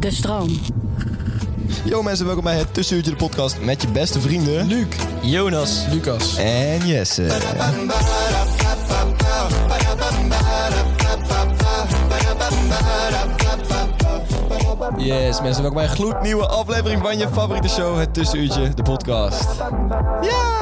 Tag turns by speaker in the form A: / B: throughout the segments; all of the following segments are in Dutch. A: De stroom.
B: Yo mensen, welkom bij het Tussenuurtje de podcast met je beste vrienden... Luc, Jonas
C: Lucas.
B: en Jesse.
C: Yes, mensen, welkom bij een gloed.
B: Nieuwe aflevering van je favoriete show, het Tussenuurtje de podcast. Ja!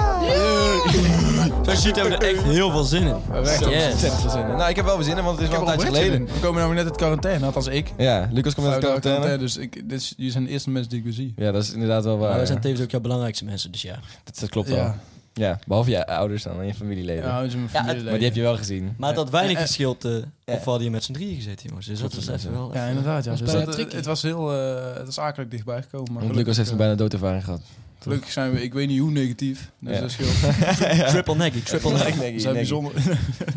C: Zo ziet hebben er echt heel veel zin in.
D: We hebben echt
C: Yes.
D: ontzettend veel zin in.
B: Nou, ik heb wel weer zin in, want het is
D: Ik heb
B: wel
D: al
B: een tijdje
D: een zin
B: geleden.
D: in. We komen namelijk net uit quarantaine, althans ik.
B: Ja, Lucas komt uit de
D: Uit
B: quarantaine.
D: Dus ik, dit is, jullie zijn de eerste mensen die ik weer zie.
B: Ja, dat is inderdaad wel
C: Maar
B: waar.
C: wij zijn tevens ook jouw belangrijkste mensen, dus ja.
B: dat, dat klopt wel. Ja.
D: Ja.
B: behalve je ouders dan en je familieleden.
D: Ja, dat is mijn
C: Ja, het-
D: familieleden.
B: maar die heb je wel gezien.
C: Maar het had weinig gescheeld eh,
B: Ja.
C: of we hadden hier met z'n drieën gezeten, jongens. Dus dat was even wel...
D: Ja,
C: even-
D: inderdaad. Ja.
C: Dat is
D: Dus
C: bijna
D: dat- het,
C: tricky.
D: was heel, eh, het was akelig dichtbij gekomen. Maar
B: Want
D: gelukkig,
B: Lucas heeft een
D: eh,
B: bijna doodervaring gehad.
D: Gelukkig zijn we, ik weet niet hoe negatief. Dus
B: Ja.
D: dat scheelt.
C: Triple neggy, triple
B: Neggy,
C: neggy.
B: neggy,
D: We
B: neggy.
D: zijn bijzonder.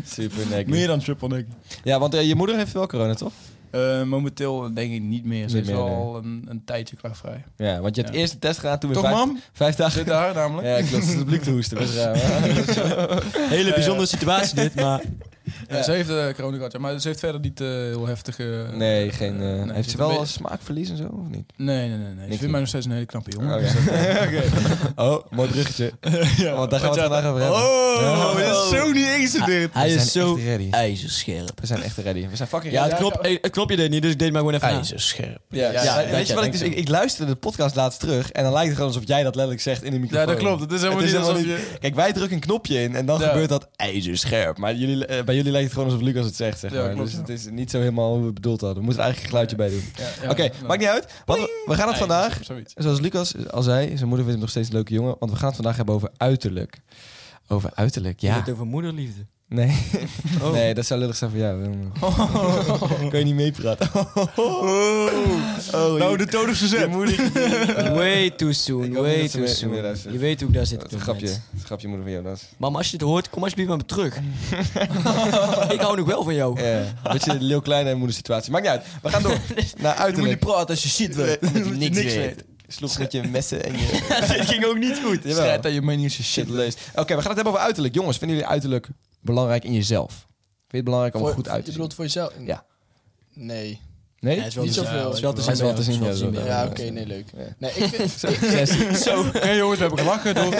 B: Super neggy.
D: Meer dan triple neck.
B: Ja, want eh, je moeder heeft wel corona, toch?
D: Eh, momenteel denk ik niet meer. Ze
B: Niet
D: is wel
B: meer, nee.
D: al een, een tijdje klaagvrij.
B: Ja, want je hebt
D: Ja.
B: eerst de test gedaan toen we
D: Toch,
B: vijf,
D: mam?
B: vijf dagen...
D: Zit daar namelijk.
B: Ja, klopt. Het publiek te hoesten. Dat is raar, hè?
C: Hele bijzondere situatie dit, maar...
D: Ja,
B: Ja.
D: Ze heeft eh corona gehad, ja, maar ze heeft verder niet eh, heel heftige...
B: Nee, geen. eh,
D: eh, nee,
B: heeft
D: is
B: ze
D: een
B: wel
D: beetje-
B: smaakverlies en zo, of niet?
D: Nee, nee, nee. nee. Ze
B: niet.
D: vindt mij nog steeds een hele knappe jongen.
B: Oké. Oh, mooi bruggetje. want daar gaan we het
D: ja,
B: vandaag over hebben.
D: Oh,
B: Ja.
D: dat is zo niet ingestudeerd.
C: Hij
B: We
C: is
B: zijn
C: zo
B: echt ready.
C: ijzerscherp.
B: We zijn echt ready. We zijn fucking
C: Ja,
B: ready.
C: het, knop, eh, het knopje deed niet, dus ik deed maar gewoon even na.
D: IJzerscherp.
B: Ja,
C: ja,
B: ja,
C: dat
B: weet je
C: ja,
B: wat ik
C: denk
B: dus...
C: ik.
B: Ik, ik luisterde de podcast laatst terug en dan lijkt het gewoon alsof jij dat letterlijk zegt in de microfoon.
D: Ja, dat klopt. Het is helemaal
B: Het
D: niet
B: is
D: alsof
B: helemaal
D: je...
B: niet- Kijk, wij drukken een knopje in en dan
D: Ja.
B: gebeurt dat ijzerscherp. Maar jullie, eh, bij jullie lijkt het gewoon alsof Lucas het zegt, zeg
D: Ja,
B: maar.
D: klopt,
B: dus
D: ja.
B: het is niet zo helemaal hoe we het bedoeld hadden. We moeten er eigenlijk een geluidje bij doen.
D: Ja, ja,
B: Oké,
D: nou,
B: maakt niet uit. Want we- we gaan het vandaag
D: IJzerscherp, Zoiets.
B: Zoals Lucas al zei, zijn moeder vindt hem nog steeds een leuke jongen. Want we gaan het vandaag hebben over uiterlijk. Over uiterlijk,
C: Je hebt
B: ja.
C: het over moederliefde. Oh.
B: Nee.
D: Oh.
B: nee, dat zou lullig zijn voor jou. Kun je niet meepraten. Oh,
D: Nou,
B: je-
D: de toon is
B: je
D: gezet.
B: moeder.
C: Way too soon,
B: Ik hoop
C: way
B: niet dat ze
C: too
B: meer-
C: soon.
B: meer luistert.
C: Je weet hoe ik daar zit.
B: Dat is
C: op
B: een
C: dit
B: grapje.
C: moment.
B: Dat is een grapje moeder van jou, Nas.
C: Mam, als je het hoort, kom alsjeblieft bij me terug. ik hou nog wel van jou.
B: Ja, een beetje een heel kleine moedersituatie. Maakt niet uit. We gaan door naar uiterlijk.
C: praten als je shit
B: Omdat je niks weet. Sloeg met je messen en je...
C: Dit ging ook niet goed.
B: Jawel.
D: Strijd dat je mening is je
B: Shit
D: shit.
B: leest. Oké, we gaan het hebben over uiterlijk. Jongens, vinden jullie uiterlijk belangrijk in jezelf? Vind je het belangrijk om er goed uit
E: Je
B: te zien?
E: bedoelt voor jezelf?
B: Ja.
E: Nee.
B: Nee?
C: Ja, het is wel
E: Niet
C: te-
E: zoveel.
C: het is wel te
E: Het
C: zien.
B: is wel te zien,
C: ja, het is wel
B: ja,
C: te
B: zo.
C: zien.
E: Ja, oké, nee, leuk.
B: Ja.
E: Nee, ik vind,
D: Zo. Nee jongens, we hebben gelachen. Door.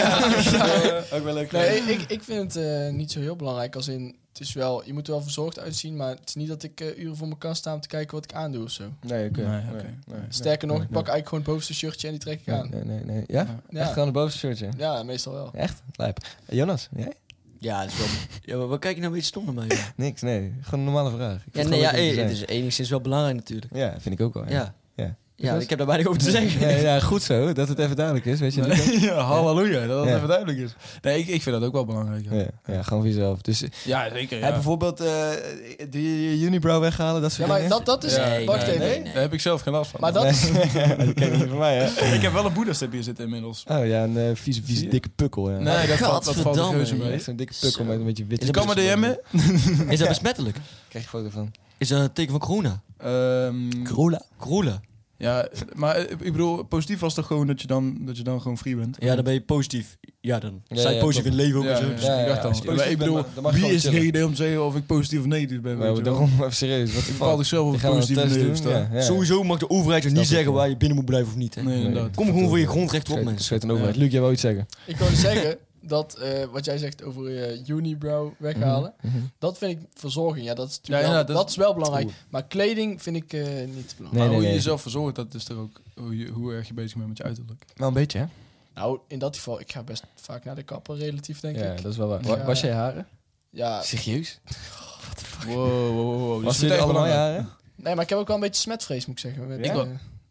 B: Ook wel leuk.
E: nee, ik, ik vind het eh, niet zo heel belangrijk. Als in, het is wel, je moet er wel verzorgd uitzien, maar het is niet dat ik eh, uren voor mijn kast sta om te kijken wat ik aandoe of zo.
B: Nee, oké.
D: Nee,
B: Nee,
D: oké.
B: nee.
E: Sterker nog, ik pak
B: nee.
E: eigenlijk gewoon het bovenste shirtje en die trek ik
B: Nee,
E: aan.
B: nee, nee, nee. Ja?
E: Ja.
B: Echt gewoon de bovenste shirtje?
E: Ja, meestal wel.
B: Echt? Lijp. Eh, Jonas, jij?
C: Ja, het is wel... Ja, maar wat kijk je nou een beetje stom naar mij? joh?
B: Niks, nee. Gewoon een normale vraag. Ik
C: Ja,
B: vind
C: nee,
B: het
C: ja,
B: gewoon leuk
C: eh,
B: om
C: het
B: te
C: is enigszins wel belangrijk natuurlijk.
B: zijn. Ja, vind ik ook wel.
C: Ja.
B: Ja.
C: Ja,
B: Ja.
C: ik heb daar weinig over te zeggen.
B: Ja, ja, goed zo. Dat het even duidelijk is, weet je. Lucas?
D: Ja, halleluja. Dat dat
B: Ja.
D: even duidelijk is. Nee, ik, ik vind dat ook wel belangrijk. Ja,
B: Ja, ja, gewoon voor jezelf. Dus eh,
D: Ja, zeker.
B: heb
D: Ja.
B: bijvoorbeeld eh, doe je je unibrow weghalen, dat
E: Ja,
B: soort
E: maar
B: dingen.
E: dat, dat is...
D: Ja,
E: wacht
C: nee,
E: even.
C: nee,
D: Daar heb ik zelf geen last van.
E: Maar dat is...
B: Nee, dat ken je niet van mij, hè?
D: Ik heb wel een boeddha-stip hier zitten inmiddels.
B: Oh ja, een eh, vieze,
D: Zie
B: vieze
D: je?
B: dikke pukkel, ja.
D: Nee, dat valt, dat valt
C: Godverdamme,
D: reuze
B: Echt
D: mee.
B: Zo'n dikke pukkel
C: Zo.
B: met een beetje
C: Is
B: witte...
C: dat
D: Kan maar DM'en?
C: Is dat besmettelijk?
B: Krijg je foto van.
C: Is dat een teken van corona?
D: Ehm,
C: Corona? Corona.
D: Ja, maar eh, ik bedoel, positief was toch gewoon dat je dan, dat je dan gewoon free bent?
C: Ja, dan ben je positief. Ja, dan
B: Ja,
C: zijn
B: ja,
C: positief in
B: klopt.
C: het leven ook
D: Ja,
C: en zo.
D: ja,
C: Dus
D: ja.
C: ik dacht-
D: dacht al.
B: positief
D: Maar ik
B: bent,
D: bedoel,
B: dan mag je
D: Wie
B: gewoon
D: is
B: chillen.
D: geen idee om te zeggen of ik positief of negatief ben? weet
B: Maar
D: je wel?
B: daarom, even serieus. Wat de
D: Ik dus
B: fuck?
D: bepaal ik zelf of
B: Die
D: ik
B: gaan we een
D: positief of
B: test
D: negatief
B: doen.
D: sta.
B: Ja, ja.
C: Sowieso mag de overheid je niet
B: Snap ik,
C: zeggen
B: ja.
C: waar je binnen moet blijven of niet. Hè?
D: Nee, inderdaad.
C: Kom gewoon voor je grondrecht op,
B: Scheet-
C: mensen.
B: Scheet een overheid. Luc, jij wou iets zeggen.
E: Ik wou zeggen, dat eh, wat jij zegt over je unibrow weghalen,
B: Mhm.
E: dat vind ik verzorging. Ja, dat is natuurlijk
D: Ja, ja,
E: wel,
D: dat-
E: dat, is wel belangrijk. Maar kleding vind ik eh, niet belangrijk.
B: Nee,
D: maar
B: nee,
D: hoe je
B: nee.
D: jezelf verzorgt, dat is er ook hoe, je- hoe erg je bezig bent met je uiterlijk.
B: Wel een beetje, hè?
E: Nou, in dat geval, ik ga best vaak naar de kapper, relatief denk
B: Ja,
E: ik.
B: dat is wel waar.
E: Ja.
B: Was jij haren?
E: Ja,
C: Serieus?
D: Wow, wow, wow. wow.
B: Was jullie allemaal jaren?
E: nee, maar ik heb ook wel een beetje smetvrees, moet ik zeggen. Met,
D: Ik
E: eh,
D: wa-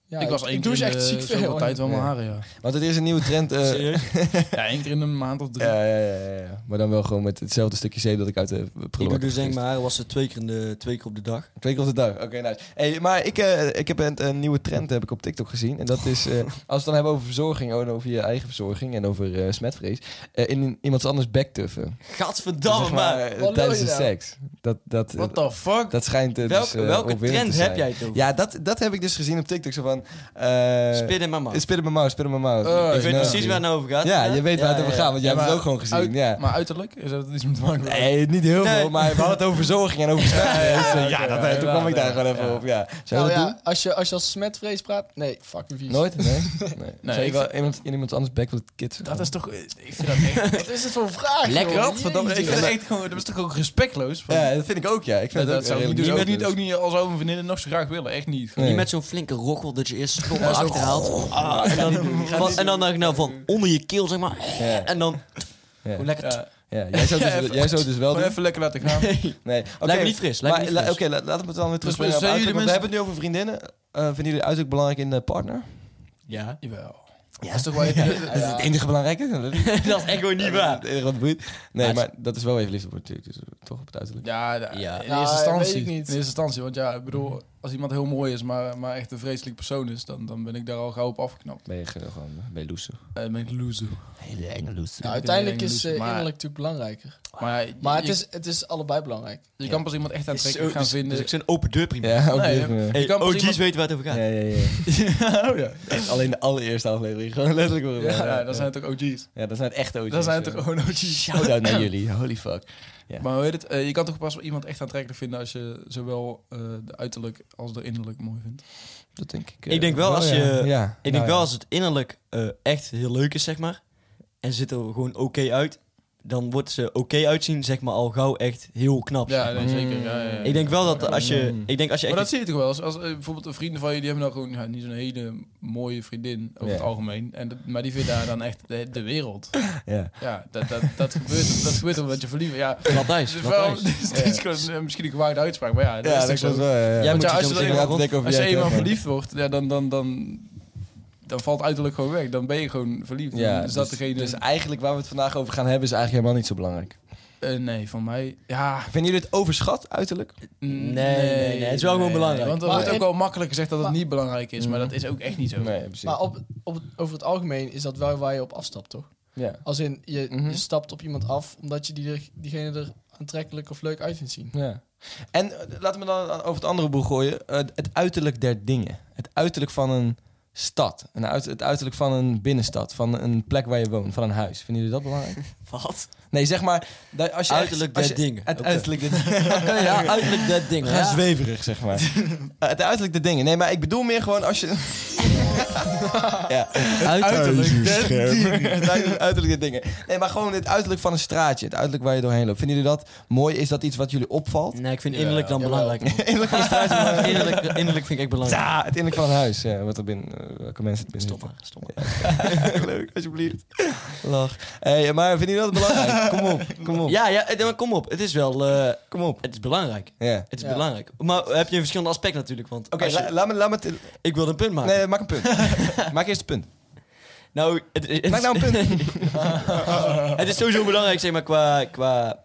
E: ja,
D: ik was één
E: ik doe
D: keer
E: ze
D: in
E: echt
D: de
E: ziek
D: zoveel
E: veel.
D: tijd wel mijn
B: Ja.
D: haren, ja.
B: Want het is een nieuwe trend. eh,
D: Ja, één keer in een maand of drie.
B: ja, ja, ja, ja, ja. Maar dan wel gewoon met hetzelfde stukje zeep dat ik uit de prullenbak
C: Ik
B: heb
C: doe dus denk
B: gegooid.
C: maar haar was ze twee keer, in de, twee keer op de dag.
B: Twee keer op de dag. Oké, nice. Hey, maar ik, eh, ik heb een, een nieuwe trend heb ik op TikTok gezien. En dat is, eh, als we het dan hebben over verzorging, en over je eigen verzorging en over eh, smetvrees. eh, in iemands anders bek tuffen.
C: Gadverdamme,
B: Zeg
C: man.
B: maar, eh,
E: Wat
B: tijdens
E: wil
B: de
E: je nou?
B: seks. Dat, dat,
D: What the fuck?
B: dat schijnt eh,
C: Welke,
B: dus, eh,
C: welke
B: opwindend te
C: trend
B: zijn.
C: heb jij toch?
B: Ja, dat, dat heb ik dus gezien op TikTok. Zo van... eh,
C: Spit in mijn mouw.
B: Spit in mijn mouw, spit in mijn mouw.
D: Eh,
C: Ik weet
B: nou-
C: precies waar het over gaat.
B: Ja, je weet waar het over gaat, want jij
D: Ja,
B: hebt het
D: maar
B: ook gewoon gezien.
D: Uit-
B: ja.
D: Maar uiterlijk? Is dat iets met te maken?
B: Nee, niet heel
C: Nee.
B: veel, maar we hadden het over verzorging en over smetvrees. Ja,
D: oké,
B: dat,
D: ja,
B: toen kwam ik daar
D: ja,
B: gewoon even
D: ja.
B: op. Ja. Zou je
E: Nou
B: dat
E: ja, als je, als je als smetvrees praat, nee, fuck me vies.
B: doen? Nooit? Nee. nee. Zou je
D: ik
B: wel
D: vind-
B: iemand, in iemand anders bek willen kitsen?
D: Dat is toch... Ik vind dat echt...
E: Wat is het voor een vraag?
C: Lekker,
E: joh?
D: Godverdomme, ik
E: Jezus. Nou,
D: vind dat echt gewoon... Dat is toch ook respectloos? Van,
B: Ja, dat vind ik ook, ja. Ik
D: dat,
B: vind het ook
D: zou ik
B: heel
D: niet, dus ook,
B: relatief.
D: niet, ook niet als over een vriendin nog zo graag willen. Echt niet.
B: Nee.
C: Niet met zo'n flinke rochel dat je eerst stoppen
D: Ja, zo-
B: oh,
C: achterhaalt. Ah, en dan, van, en dan, nou, van onder je keel, zeg maar.
B: Ja.
C: En dan...
B: Ja.
C: Hoe lekker...
D: Ja,
B: Ja, jij zou dus,
D: Ja, even-
B: jij zou dus wel
D: gewoon
B: doen.
D: even lekker laten gaan.
B: Nee,
C: Lijkt me niet fris, lijkt me
B: maar
C: niet
B: la-
C: fris.
B: Oké, la- laten we het dan weer terugbrengen op
D: zijn
B: uiterlijk, want
D: jullie
B: we hebben het nu over vriendinnen. Eh, vinden jullie uiterlijk belangrijk in de partner?
C: Ja.
D: Jawel.
B: Ja,
D: Dat is toch wel even...
B: dat is het enige belangrijke.
C: dat is echt gewoon niet waar.
B: Het enige wat boeit. Nee,
C: Maar-
B: maar dat is wel even liefde op natuurlijk, dus toch op het uiterlijk.
D: Ja, da-
C: Ja.
D: in
E: Nou,
D: eerste
E: weet
D: instantie.
E: ik
D: In
E: niet.
D: eerste instantie, want ja, ik bedoel, als iemand heel mooi is, maar, maar echt een vreselijk persoon is, dan, dan ben ik daar al gauw op afgeknapt.
B: Ben je ge- gewoon, ben je loser.
D: Eh, ben ik loser.
C: Hele enge loes.
E: Nou, uiteindelijk
D: Iedereen
E: is eh,
D: doet het, maar-
E: innerlijk natuurlijk belangrijker.
D: Maar, ja,
E: Maar
D: je,
E: het is, het is allebei belangrijk.
D: je kan pas iemand echt aantrekkelijk gaan vinden.
C: Dus ik zijn open deur prima.
B: Ja, ook
D: Nee,
B: weer, eh,
C: Hey,
D: Je kan pas
C: OG's
D: iemand-
C: weten waar het over gaat.
B: Ja, ja, ja.
D: ja, oh ja.
B: Echt alleen de allereerste aflevering. Gewoon letterlijk. hoor.
D: ja, dat zijn toch OG's.
B: ja, dat zijn het echte OG's.
D: Dat zijn
B: ja.
D: toch gewoon OG's.
B: Shout-out naar jullie. Holy fuck. Ja.
D: Maar hoe heet het? Eh, je kan toch pas iemand echt aantrekkelijk vinden als je zowel eh, de uiterlijk als de innerlijk mooi vindt.
B: Dat denk ik.
C: Ik denk wel als
B: Oh, ja.
C: je-
B: Ja.
C: Ik denk
B: Nou,
C: wel
B: ja.
C: als het innerlijk eh, echt heel leuk is, zeg maar. En ziet er gewoon oké uit. Dan wordt ze oké uitzien, zeg maar, al gauw echt heel knap. zeg
D: Ja,
C: maar.
D: nee, zeker. Ja, ja, ja.
C: Ik denk wel dat als je...
B: Mm.
C: Ik denk als je
D: Maar
C: echt...
D: dat zie je toch wel. Als, als eh, bijvoorbeeld een vrienden van je, die hebben nou gewoon ja, niet zo'n hele mooie vriendin over
B: Ja.
D: het algemeen. En dat- maar die vindt daar dan echt de, de wereld.
B: Ja.
D: Ja, dat, dat, dat gebeurt, dat gebeurt omdat je verlieven. Ja,
C: Matthijs,
D: het is wel,
C: Matthijs.
D: het is- het is gewoon, eh, misschien een gewaagde uitspraak, maar ja, dat
B: Ja,
D: is toch
B: dat
D: zo.
B: klopt wel. ja, ja.
C: Jij
D: Want
C: moet
D: ja,
C: je zo
D: als je
C: meteen
D: er
B: Ja,
D: eenmaal-
C: rond-
B: te denken over
D: Als je
B: jij
D: eenmaal
B: het hebt,
D: verliefd wordt, ja, dan, dan, dan, dan valt uiterlijk gewoon weg. Dan ben je gewoon verliefd.
B: maar- Ja,
D: dan is dat
B: dus,
D: degene...
B: dus eigenlijk waar we het vandaag over gaan hebben is eigenlijk helemaal niet zo belangrijk.
D: Eh, nee, van mij... Ja,
B: Vinden jullie het overschat uiterlijk?
D: n-
C: nee, nee, het is wel gewoon belangrijk. Mm.
D: Want er
E: Maar-
D: wordt ook
E: en-
D: wel makkelijk gezegd dat het
E: maar-
D: niet belangrijk is, maar dat is ook echt niet zo.
B: Nee, precies.
E: Maar op, op, het- over het algemeen is dat wel waar je op afstapt, toch?
B: ja.
E: Als in, je,
B: Mhm.
E: je stapt op iemand af omdat je die, diegene er aantrekkelijk of leuk uit vindt zien.
B: Ja. En eh, laten we dan over het andere boel gooien. Eh, het uiterlijk der dingen. Het uiterlijk van een stad. Een uit- het uiterlijk van een binnenstad. Van een plek waar je woont. Van een huis. Vinden jullie dat belangrijk?
C: Wat?
B: Nee, zeg maar... dat- Als je
C: Uiterlijk
B: ergens-
C: der
B: als je-
C: dingen.
B: Het
C: Oké.
B: uiterlijk der dingen.
C: Ja, uiterlijk dat ding.
B: Ga
C: Ja.
B: zweverig, zeg maar. Eh, het uiterlijk der dingen. Nee, maar ik bedoel meer gewoon als je... ja. Uiterlijk der dingen. Het uiterlijk, uiterlijk der dingen. Nee, maar gewoon het uiterlijk van een straatje. Het uiterlijk waar je doorheen loopt. Vinden jullie dat mooi? Is dat iets wat jullie opvalt?
C: Nee, ik vind innerlijk dan
E: Jawel.
C: belangrijk. innerlijk, innerlijk, innerlijk vind ik echt belangrijk.
B: Ja, het innerlijk van een huis. Ja, wat er binnen, eh, welke mensen het binnen
C: Stop maar, stop maar.
B: zitten. Leuk, alsjeblieft. Lach. Hey, Eh, maar vinden jullie dat belangrijk? Kom op, kom op.
C: Ja, ja, eh, maar kom op. Het is wel... eh,
B: Kom op.
C: het is belangrijk.
B: Ja.
C: Het is
E: Ja.
C: belangrijk. Maar heb je een verschillende aspect natuurlijk, want...
B: Oké,
C: als je-
B: la- laat me... Laat me het-
C: ik wil een punt maken.
B: nee, maak een punt. maak eerst een punt.
C: Nou, het, het-
B: Maak nou een punt.
C: het is sowieso belangrijk, zeg maar, qua, qua,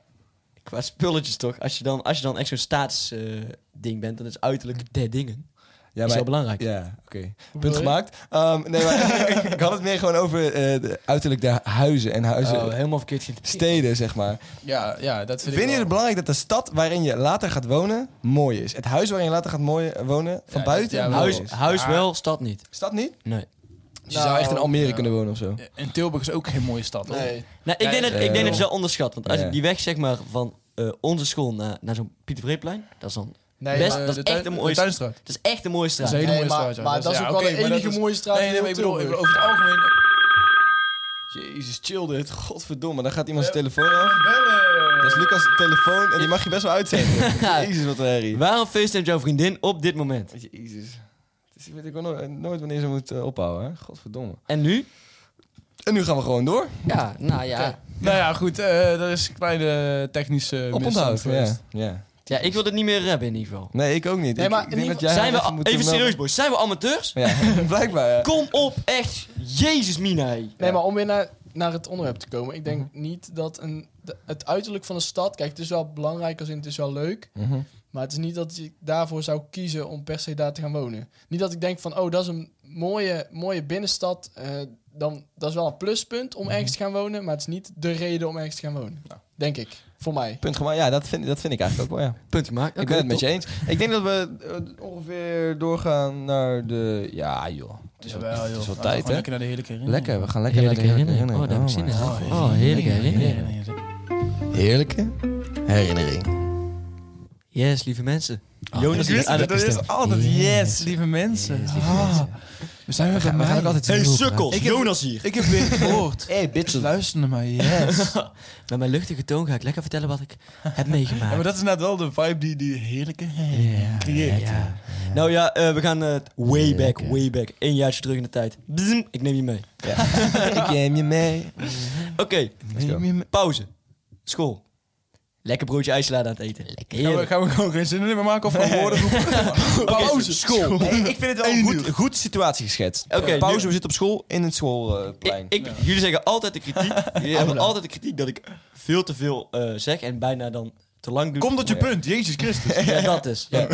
C: qua spulletjes toch? Als je dan, als je dan echt zo'n staatsding ding bent, dan is uiterlijk der dingen.
B: Ja,
C: is wel belangrijk.
B: Ja, oké.
E: bedoel
B: Punt
E: je?
B: gemaakt. Ehm, nee, maar ik had het meer gewoon over eh, de uiterlijk de huizen en huizen.
C: Oh, helemaal verkeerd geïnterpreteerd.
B: Steden, zeg maar.
D: Ja, ja, dat
B: Vinden
D: vind ik
B: jullie
D: wel.
B: het belangrijk dat de stad waarin je later gaat wonen mooi is? Het huis waarin je later gaat mooi wonen, van
D: Ja,
B: buiten?
D: ja,
B: mooi
C: Huis,
B: is?
C: huis wel, stad niet.
B: Stad niet?
C: Nee.
B: Dus je zou echt in Almere
D: ja.
B: kunnen wonen of zo.
D: En Tilburg is ook geen mooie stad, hoor. Eh,
E: Nee.
C: Nou, ik, denk dat, ik denk dat je dat onderschat. Want als
B: Ja.
C: ik die weg, zeg maar, van eh, onze school naar, naar zo'n Pieter Vreeplein, dat is dan...
E: Nee,
C: Best-
E: maar,
D: Eh,
C: dat is
D: de
C: echt
D: tuin-
C: een mooie
D: de tuinstraat.
C: Dat is echt een mooie straat.
D: Dat is een hele
E: nee,
D: mooie
E: maar-
D: straat. ja.
E: maar dat is
D: ja,
E: ook wel
D: oké,
E: de
D: maar dat
E: enige
D: is-
E: mooie straat
D: Nee,
E: in
D: nee, maar
E: heel
D: ik bedoel, ik
E: Tilburg.
D: bedoel, over het algemeen...
B: Jezus, chill dit. Godverdomme. Dan gaat iemand zijn telefoon af. Dat is Lucas' telefoon en die mag je best wel uitzetten. Jezus, wat een herrie.
C: Waarom facetimt jouw vriendin op dit moment?
B: Jezus. Dus weet ik wel nooit, nooit wanneer ze moet eh, ophouden. Hè? Godverdomme.
C: En nu?
B: En nu gaan we gewoon door.
C: Ja, nou ja.
D: Nou ja, goed. eh er is een kleine technische
B: Op
D: misstand
B: onthoud. Ja.
D: geweest.
B: ja.
C: Ja, ik wil het niet meer hebben in ieder geval.
B: Nee, ik ook niet.
E: Nee,
B: Ik-
E: maar
B: ik
E: in
B: denk
E: ieder
B: dat jij
C: zijn we,
B: even
C: a-
B: moet
C: even
B: melden.
C: serieus boys, zijn we amateurs?
B: Ja, blijkbaar. Ja.
C: Kom op, echt. Jezus mina. hé.
E: Nee, maar om weer naar, naar het onderwerp te komen. Ik
B: Mhm.
E: denk niet dat een, de- het uiterlijk van een stad... Kijk, het is wel belangrijk als in het is wel leuk.
B: Mhm.
E: Maar het is niet dat ik daarvoor zou kiezen om per se daar te gaan wonen. Niet dat ik denk van, oh, dat is een mooie, mooie binnenstad. eh, dan, dat is wel een pluspunt om
B: Mhm.
E: ergens te gaan wonen. Maar het is niet de reden om ergens te gaan wonen.
B: Nou.
E: Denk ik. Voor mij.
B: Punt gemaakt. Ja, dat vind, dat vind ik eigenlijk ook wel, ja.
C: Punt gemaakt.
B: ik ben het met je eens. Ik denk dat we eh, ongeveer doorgaan naar de... Ja, joh. Het is, wel-
D: Jawel,
B: het is wel
D: joh. Nou,
B: tijd, hè?
D: Lekker naar de heerlijke herinnering.
B: Lekker, we gaan lekker naar de herinnering.
D: in. Oh,
C: Oh, heerlijk herinnering.
D: Herinnering.
B: Heerlijke herinnering.
C: Yes, lieve mensen.
B: Ah,
C: Jonas
D: Jonas
C: Ah, is aan het
D: Ah, dat is
C: bestellen.
D: altijd yes, lieve mensen. Ah, we zijn weer bij mij.
C: Hey sukkels,
D: Ik heb-
C: Jonas hier.
D: Ik heb weer gehoord.
B: Hey, bitches.
D: Luister naar mij, yes.
C: Met mijn luchtige toon ga ik lekker vertellen wat ik heb
D: Ja,
C: meegemaakt.
D: maar dat is net wel de vibe die die heerlijke creëert.
C: Ja. Nou ja, eh, we gaan eh, way back, way back. Eén jaartje terug in de tijd. Bzzm, ik neem je mee.
B: Ik neem je mee.
C: Oké, pauze. School. Lekker broodje ijsladen aan het eten. Lekker.
D: Gaan we, gaan we gewoon geen zin in meer maken of gewoon woorden roepen?
C: Oké,
D: Pauze.
C: School.
B: Hey, ik vind het wel een goed, goed situatie geschetst.
C: Oké,
B: Oké. pauze,
C: nu-
B: we zitten op school in het schoolplein.
C: Ik, ik- Jullie zeggen altijd de kritiek. Jullie hebben altijd de kritiek dat ik veel te veel eh, zeg en bijna dan te lang doe.
D: Kom tot je punt, Jezus Christus.
C: Ja, dat is. Ja.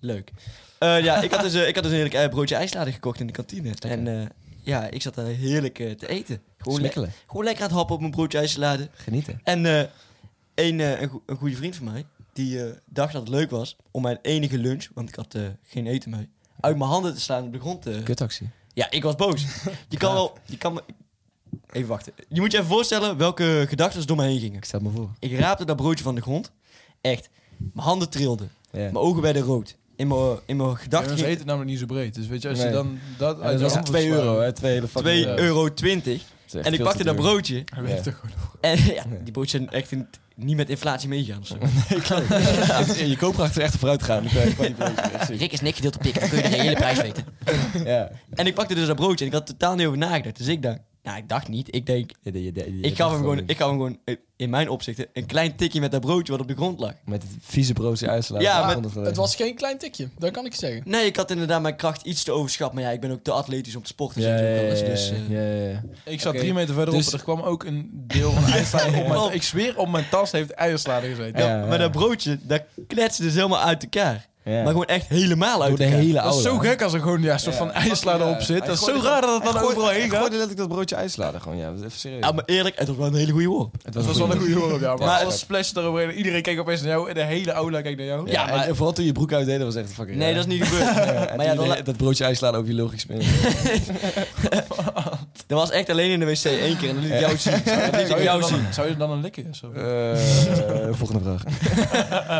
C: Leuk. Eh, ja, ik had dus, eh, ik had dus een heerlijk eh, broodje ijsladen gekocht in de kantine. En eh, ja, ik zat daar heerlijk eh, te eten. Gewoon, le-
B: Smikkelen.
C: gewoon lekker aan het happen op mijn broodje ijsladen.
B: Genieten.
C: En eh, een, eh, een, go- een goede vriend van mij, die eh, dacht dat het leuk was om mijn enige lunch, want ik had eh, geen eten mee, uit mijn handen te slaan op de grond te...
B: Kutactie.
C: Ja, ik was boos. Je kan wel... Je kan me... Even wachten. Je moet je even voorstellen welke gedachten door me heen gingen.
B: Ik stel me voor.
C: Ik raapte dat broodje van de grond. Echt. Mijn handen trilden.
B: Ja.
C: Mijn ogen werden rood. In mijn, in mijn
D: Ja,
C: gedachten
D: Ze
C: ging
D: eten namelijk niet zo breed. Dus weet je, als je
B: Nee.
D: dan dat...
B: Ja, dat was
D: handen
B: 2
D: slaat,
B: euro, hè? 2 hele
C: 2,20
B: fucking eh, euro.
C: euro. En ik pakte dat broodje.
D: dan weet je toch gewoon-
C: En ja, die broodjes zijn echt in- niet met inflatie meegegaan. of zo.
B: je koopkracht is echt vooruit gaan.
C: Rick is niks gedeeld op dik. Dan kun je de hele prijs weten.
B: Ja.
C: En ik pakte dus dat broodje. En ik had totaal niet over nagedacht. Dus ik dacht... Nou, ik dacht niet. Ik denk... Ik gaf, hem gewoon, ik gaf hem gewoon, eh, in mijn opzichten, een klein tikje met dat broodje wat op de grond lag.
B: Met het vieze broodje uitslaan.
C: Ja,
E: Maar
C: maar
E: het was geen klein tikje. Dat kan ik zeggen.
C: Nee, ik had inderdaad mijn kracht iets te overschat. Maar ja, ik ben ook te atletisch om te sporten.
B: Ja,
C: zeg ik ook
B: ja,
C: wel eens,
B: ja,
C: dus, eh,
B: ja, ja, ja.
D: Ik zat
B: Oké.
D: drie meter verderop
B: Dus-
D: en er kwam ook een deel van de ijsladen op mijn...
C: Oh.
D: Ik zweer, op mijn tas heeft ijsladen gezeten.
C: Ja,
B: Ja, ja.
C: Maar dat broodje, dat kletste dus helemaal uit elkaar.
B: Ja.
C: Maar gewoon echt helemaal
B: Door
C: uit
B: de
C: elkaar.
B: hele
D: Dat
B: oude.
D: is zo gek als er gewoon ja, een soort van ijslader op zit. Dat is zo raar dat het dan overal heen
B: Ik
D: gaat.
B: gooide letterlijk dat broodje uitsladen gewoon, ja. Even serieus.
C: Ja, maar eerlijk, het was wel een hele goede worp.
D: Dat was wel een goede hoor, ja. Maar
B: Ja,
D: alles
B: ja.
D: splasht eroverheen. Iedereen keek opeens naar jou. En de hele aula keek naar jou.
B: Ja,
C: Ja, maar-
B: en vooral toen je broek uitdeed, dat was echt fucking
C: Nee,
B: raar.
C: dat is niet gebeurd.
B: En
C: maar ja,
B: toen
C: dat,
B: je de- dat broodje uitslaan ook weer logisch mee.
C: dat was echt alleen in de wc één keer. En dat liet ik jou zien. Dat liet
D: Zou
C: ik
D: je,
C: jou
D: dan,
C: zien.
D: zou je dan een likken? Zo?
B: Eh, volgende vraag.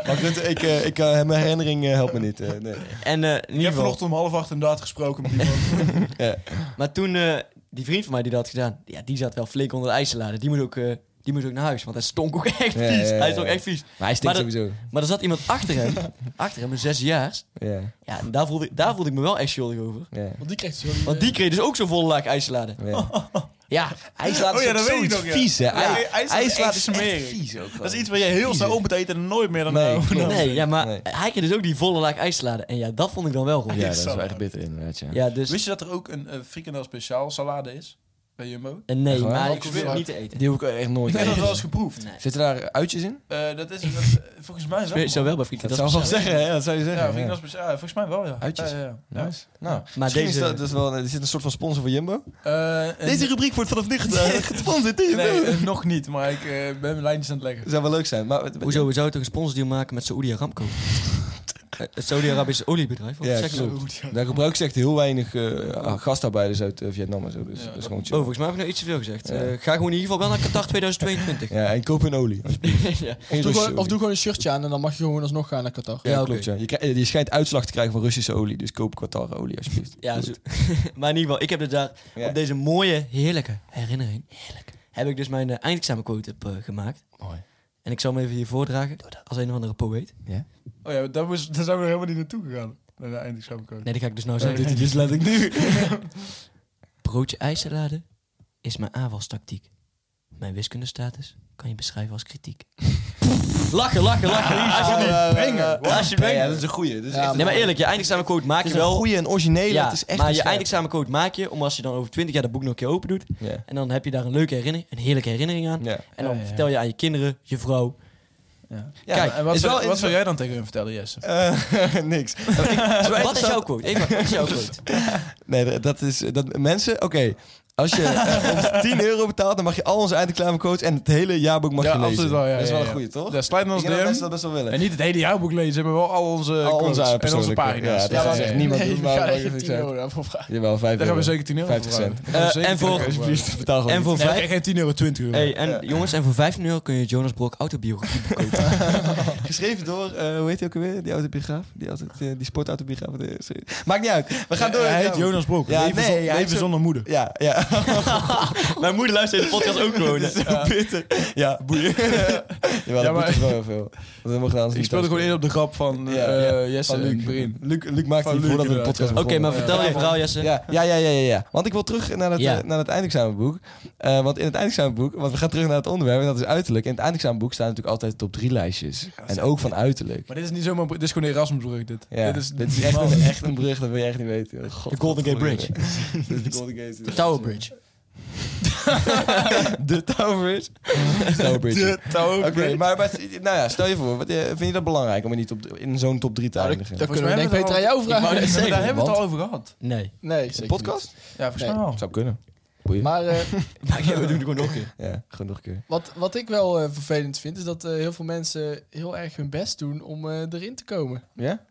B: maar goed, ik, eh, ik, eh, mijn herinnering eh, helpt me niet. eh, nee.
C: En eh, in
D: ik
C: ieder
D: heb
C: geval.
D: vanochtend om half acht inderdaad gesproken met iemand.
C: Maar toen, eh, die vriend van mij die dat had gedaan, ja, die zat wel flink onder de ijsladen. Die moet ook... eh, die moest ook naar huis, want hij stonk ook echt vies.
B: Ja, ja, ja,
C: Hij is ook
B: ja.
C: echt vies.
B: Maar hij stinkt
C: Maar dat-
B: sowieso.
C: Maar er zat iemand achter hem, achter hem, een zesjaars.
B: Ja,
C: Ja, en daar voelde, ik- daar voelde ik me wel echt schuldig over.
B: ja.
E: Want die krijgt zo'n...
C: Want die kreeg dus ook zo'n volle laag ijsladen.
B: ja.
C: Ja,
B: IJslaat
D: Oh ja, dat weet ik
B: zoiets
D: nog, ja.
B: vies, hè?
D: Ja,
B: IJ-
D: ijslaat is
B: IJslaat
D: echt
B: is dus echt
D: smerig.
B: vies ook
D: Dat is iets waar je heel snel op moet eten en nooit meer dan
B: Nee,
D: nou.
B: klopt.
C: Nee, ja, maar
B: Nee.
C: hij kreeg dus ook die volle laag ijsladen. En ja, dat vond ik dan wel goed.
B: Ja,
C: Ja,
B: dat is wel
D: Salade.
B: echt bitter inderdaad, ja.
C: dus...
D: Wist je dat er ook een eh frikandel speciaal salade is? Bij Jumbo?
C: en nee,
B: Echt waar?
C: maar ik
D: Ook
C: hoef het
D: weer.
C: niet te eten.
B: Die hoef ik echt nooit
D: Ik heb dat
B: eten.
D: wel eens geproefd.
C: Nee.
B: Zitten daar uitjes in?
D: Eh, dat is dat- volgens mij wel.
C: Spe- Zo
D: man.
C: wel bij frieten.
B: Dat
C: Dat,
B: zou
C: is
B: wel
C: speciaal.
B: zeggen, ja, dat zou je
D: Ja,
B: zeggen.
D: frikandel speciaal. Ja, volgens mij wel, ja.
B: Uitjes.
D: Ja, ja, ja.
B: Nice. Nou,
C: Maar
B: misschien
C: deze...
B: is dat, dat is wel, er zit een soort van sponsor voor Jumbo.
D: Eh, en-
B: Deze rubriek wordt vanaf nu ged- gesponsord. door Jumbo.
D: Nee, eh, nog niet, maar ik eh, ben mijn lijntjes aan het leggen.
B: Dat zou wel leuk zijn. Maar,
C: Hoezo, we zouden toch een sponsordeal maken met Saoedi Aramco? Het Saudi-Arabische Eh, oliebedrijf. Of
B: Ja,
C: zeg maar.
B: klopt. Daar gebruiken ze echt heel weinig eh, gastarbeiders uit eh, Vietnam en zo. Dus
D: Ja.
B: dat is gewoon
C: Oh,
B: chill.
C: volgens mij heb ik nou iets te veel gezegd.
B: Ja.
C: Eh, ga gewoon in ieder geval wel naar Qatar 2022.
B: Ja, en koop hun olie.
C: ja.
B: Geen
E: Doe
B: Russische
E: gewoon, of
B: olie.
E: doe gewoon een shirtje aan en dan mag je gewoon alsnog gaan naar Qatar.
B: Ja,
C: Ja, oké.
B: klopt. Ja. Je, krijgt- eh, je schijnt uitslag te krijgen van Russische olie, dus koop Qatar olie alsjeblieft.
C: Ja,
B: Doe
C: zo-
B: het.
C: maar in ieder geval, ik heb dus daar
B: Ja.
C: op deze mooie, heerlijke herinnering. Heb ik dus mijn eh, eindexamenquote op, eh, gemaakt.
B: Mooi.
C: En ik zal hem even hier voordragen. Als een of andere poëet.
D: Oh ja, daar, was, daar zijn we helemaal niet naartoe gegaan. Naar de eindexamencode.
C: Nee, dat ga ik dus nou zeggen.
D: dus laat ik nu.
C: Broodje ijssalade is mijn aanvalstactiek. Mijn wiskundestatus kan je beschrijven als kritiek. lachen, lachen, lachen.
B: brengen.
C: Wat? Als je het
B: Ja,
C: brengt.
B: dat is een goeie. Dat is
E: Ja,
B: echt een
C: Nee, maar
B: goeie.
C: eerlijk, je eindexamenquote maak
B: Het
C: je
B: is een
C: wel.
B: goeie en originele.
C: ja,
B: het is echt
C: maar
B: een
C: je
B: scherp.
C: eindexamenquote maak je om als je dan over 20 jaar dat boek nog een keer open doet.
B: Ja.
C: En dan heb je daar een leuke herinnering, een heerlijke herinnering aan.
B: Ja.
C: En dan
D: Ja, ja, ja.
C: vertel je aan je kinderen, je vrouw.
B: Ja,
C: Kijk,
D: En wat,
B: is wel
D: zou, wat zou
B: interessant.
D: jij dan tegen hun vertellen, Jesse?
B: Eh, niks. Het is wel
C: Wat is
B: interessant-
C: jouw quote? Even, wat is jouw quote?
B: Nee, dat- dat is... Dat, mensen, oké. Als je eh, ons 10 euro betaalt, dan mag je al onze eindreclamecodes en het hele jaarboek mag
D: ja,
B: je lezen.
D: absoluut wel. Ja,
B: dat is wel
D: ja,
B: een
D: ja.
B: goeie, toch?
D: Ja, sluit
B: Ik
D: ons
B: denk dat mensen dat
D: DM.
B: best wel willen.
D: En niet het hele jaarboek lezen, maar wel al onze,
B: Al onze
D: quotes en onze
B: persoonlijke.
D: pagina's.
B: Ja, dat is echt niemand
E: nee,
B: doet,
E: we
B: maar
E: gaan
B: dat
E: echt
B: heb ik
E: geen 10
B: gezegd.
E: euro daarvoor vragen.
B: Jawel, 5
D: Daar
B: euro.
D: gaan we zeker 10 euro
B: 50
D: voor
B: cent.
D: vragen. Daar gaan we
C: Eh, en
D: zeker 10
C: voor-
D: euro vragen.
B: Alsjeblieft, betaal gewoon.
C: En voor,
D: Nee, ik
C: vijf,
D: krijg geen 10 euro, 20 euro.
C: hey, en jongens, en voor 15 euro kun je Jonas Brok autobiografie kopen.
B: Geschreven door, eh, hoe heet hij ook alweer? Die autobiograaf? Die, auto, die, die sportautobiograaf? Eh, sorry. Maakt niet uit. We gaan door. eh,
D: Hij heet Jonas Brok.
B: Ja,
D: Leven
B: nee,
D: zon-
B: hij heet
D: Leven
B: zo-
D: zonder moeder.
B: Ja, ja.
C: Mijn moeder luistert de podcast ook gewoon.
B: Dat is zo bitter. Ja, boeien. Jawel, dat
D: Ja, maar-
B: moet dus wel heel veel. Want we mogen anders
D: Ik
B: niet
D: speelde gewoon
B: thuis
D: eerder op de grap van eh
B: Ja, ja.
D: Jesse
B: Van
D: en
B: Luc.
D: Brin.
B: Luc, Luc maakte
D: Van
B: die voordat we de
D: Luc, inderdaad,
B: podcast
D: ja.
B: begonnen.
C: Oké, maar vertel je verhaal, Jesse.
B: Ja, ja, ja, ja, ja, ja. Want ik wil terug naar het,
C: Ja.
B: eh, naar het eindexamenboek. Eh, want in het eindexamenboek, want we gaan terug naar het onderwerp, en dat is uiterlijk. In het eindexamenboek staan natuurlijk altijd top drie lijstjes. En ook van uiterlijk.
D: Maar dit is niet zomaar... Dit is gewoon een Erasmusbrug, dit.
B: Ja,
D: Dit is,
B: echt,
D: normaal.
B: een, echt een bericht, dat wil je echt niet weten. joh. God,
C: De Golden Gate Bridge.
B: Dit is de Golden Gate.
C: De Tower Bridge.
B: De Tower Bridge. Tower Bridge.
D: De touw.
B: Oké, maar, maar nou ja, stel je voor, wat, eh, vind je dat belangrijk om er niet op, de- in zo'n top 3 te
E: Nou,
B: eindigen?
E: dat, dat
D: Volgens
E: kunnen we
D: mij
E: denk ik beter aan jou
D: Ik wou
E: vragen.
D: net zeggen,
B: Zeker,
D: daar hebben we het
B: want-
D: al over gehad.
C: Nee.
E: Nee,
B: Een
E: zeker
B: podcast?
D: Ja, volgens
E: Nee.
D: mij wel.
B: Zou kunnen.
E: niet. Maar eh,
C: Maar ja, we doen het gewoon nog een keer.
B: Ja, gewoon nog een keer.
E: wat, wat ik wel eh, vervelend vind, is dat eh, heel veel mensen heel erg hun best doen om eh, erin te komen.
B: Ja?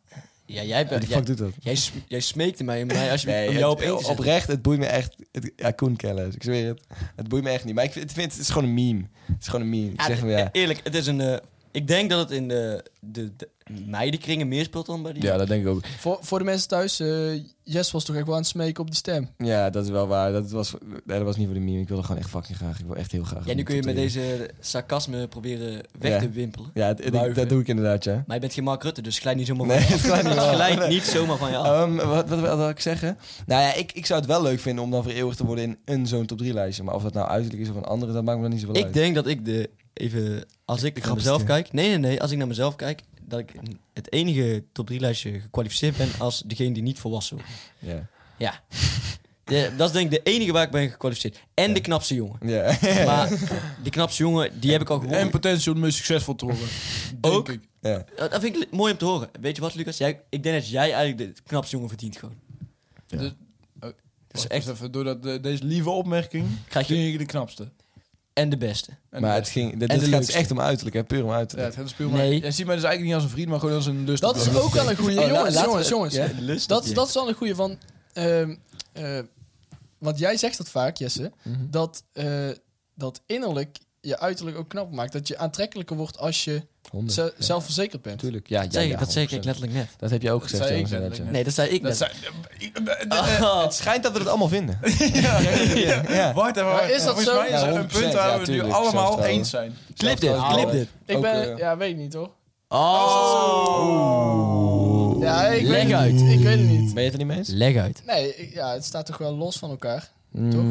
C: Ja,
B: Wie
C: jij bent...
B: de
C: Jij,
B: fuck doet dat?
C: jij, sm- jij smeekte mij om mij als je om
B: het-
C: jou op één te zetten.
B: oprecht, het boeit me echt. Het, ja, Koen Kellis, ik zweer het. Het boeit me echt niet. Maar ik vind, vind- het is gewoon een meme. Het is gewoon een meme. Ik
C: Ja,
B: zeg
C: d-
B: maar, ja.
C: Eerlijk, het is een... eh, ik denk dat het in de, de, de meidenkringen meer speelt dan bij die...
B: dat denk ik ook.
E: Voor, voor de mensen thuis, eh Jess was toch echt wel aan het smeken op die stem.
B: Ja, dat is wel waar. Dat was, nee, dat was niet voor de meme. Ik wilde gewoon echt fucking graag. Ik wil echt heel graag.
C: Ja, nu kun je
B: tot
C: met
B: drie.
C: deze sarcasme proberen weg
B: Ja.
C: te wimpelen.
B: Ja, het- ik-
C: Wuiven.
B: dat doe ik inderdaad, ja.
C: Maar je bent geen Mark Rutte, dus glijd niet zomaar
B: Nee,
C: van je
B: het kan niet
C: af.
B: wel.
C: Glijd niet zomaar van je af.
B: Ehm, wat, wat wil ik zeggen? Nou ja, ik, ik zou het wel leuk vinden om dan vereeuwigd te worden in een zo'n top 3 lijstje. Maar of dat nou uiterlijk is of een andere, dat maakt me dan niet zoveel
C: Ik
B: uit.
C: denk dat ik de... Even, als ik naar
B: grappigste.
C: mezelf kijk... Nee, nee, nee. Als ik naar mezelf kijk, dat ik het enige top 3 lijstje gekwalificeerd ben als degene die niet volwassen wordt.
B: Ja.
C: Ja. De- dat is denk ik de enige waar ik ben gekwalificeerd. En de knapste jongen.
B: Ja.
C: Maar de knapste jongen, die heb ik al gewonnen.
D: En potentieel om meest succesvol te worden. Denk
C: Ook.
D: ik.
B: ja.
C: Eh, dat vind ik li- mooi om te horen. Weet je wat, Lucas? Jij, ik denk dat jij eigenlijk de knapste jongen verdient gewoon.
D: Dus-
C: Dus
D: Wacht
C: echt-
D: eens even, door dat, eh, deze lieve opmerking
C: Krijg je,
D: ging je de knapste.
C: en de beste.
D: En
B: Maar
D: de
B: het
D: beste.
B: ging, dit
C: En
B: dit
C: de
B: gaat
C: leukste.
B: echt om uiterlijk, hè? puur om
D: Ja,
B: uiterlijk.
D: het gaat spel maar.
C: Nee.
D: Jij ziet mij dus eigenlijk niet als een vriend, maar gewoon als een lust.
E: Dat is ook wel een goede.
B: Oh, la-
E: jongens,
B: laten
E: jongens,
B: we-
E: jongens.
B: Ja?
E: Dat, dat is wel een goede van. ehm, eh, want jij zegt dat vaak, Jesse.
B: Mhm.
E: Dat, eh, dat innerlijk je uiterlijk ook knap maakt. Dat je aantrekkelijker wordt als je
B: Honderd.
E: ze- zelfverzekerd bent.
B: Tuurlijk, ja.
C: Dat zeg ik- dat zeg ik letterlijk net.
B: Dat heb je ook
D: Dat
B: gezegd.
D: zei ik
B: Jonas, inderdaad,
D: letterlijk
B: ja.
C: Nee, dat zei ik
D: Dat
C: net.
D: zijn...
C: Oh.
B: Het schijnt dat we het allemaal vinden.
D: Ja.
B: Ja.
D: Wacht even, wacht.
E: Maar is dat
D: Volgens
E: zo?
D: mij is
B: Ja,
D: er een
B: 100%.
D: punt waar
B: Ja,
D: we nu
B: tuurlijk.
D: allemaal
B: Zelfvertrouwen.
D: eens zijn.
C: Clip dit,
B: Zelfvertrouwen.
C: clip dit.
E: Ik
B: Ook,
E: ben,
B: eh,
E: ja, weet ik niet hoor.
C: Oh.
E: Ja, ik
C: Leg
E: weet het
C: uit.
E: niet. Ik weet het niet.
B: Ben je het er niet mee eens?
C: Leg uit.
E: Nee, ik- ja, het staat toch wel los van elkaar.
C: Nee.
B: Nee,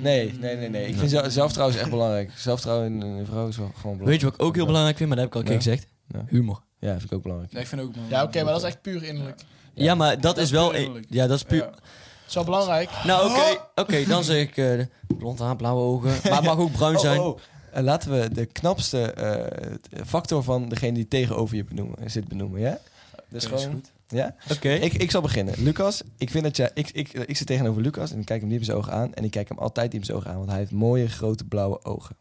B: nee, nee, Mm, nee. Ik vind zel- zelfvertrouwen is echt belangrijk. Zelfvertrouwen in een vrouw is wel gewoon
C: Weet
B: belangrijk.
C: je wat ik ook heel belangrijk vind, maar dat heb ik al een keer
B: Ja.
C: gezegd?
B: Ja.
C: Humor.
B: Ja, vind ik ook belangrijk.
D: Nee, ik vind ook man.
E: Ja, oké, maar dat is echt puur innerlijk.
C: Ja, maar dat
D: is
C: is wel...
D: puur
C: een-
D: innerlijk.
C: Ja, dat is puur...
D: Ja.
E: Het is wel belangrijk.
C: Nou, oké. Oké, dan zeg ik... eh, blond haar, blauwe ogen. Maar het mag ook bruin
B: Oh,
C: zijn.
B: oh, oh. Eh, laten we de knapste eh, t- factor van degene die tegenover je benoemen, zit benoemen, ja? Dat is
D: Oké, is
B: gewoon... Ja?
C: Oké.
B: Ik, ik zal beginnen. Lucas, ik vind dat jij... Ik, ik, ik zit tegenover Lucas en ik kijk hem diep in zijn ogen aan. En ik kijk hem altijd diep in zijn ogen aan, want hij heeft mooie, grote, blauwe ogen.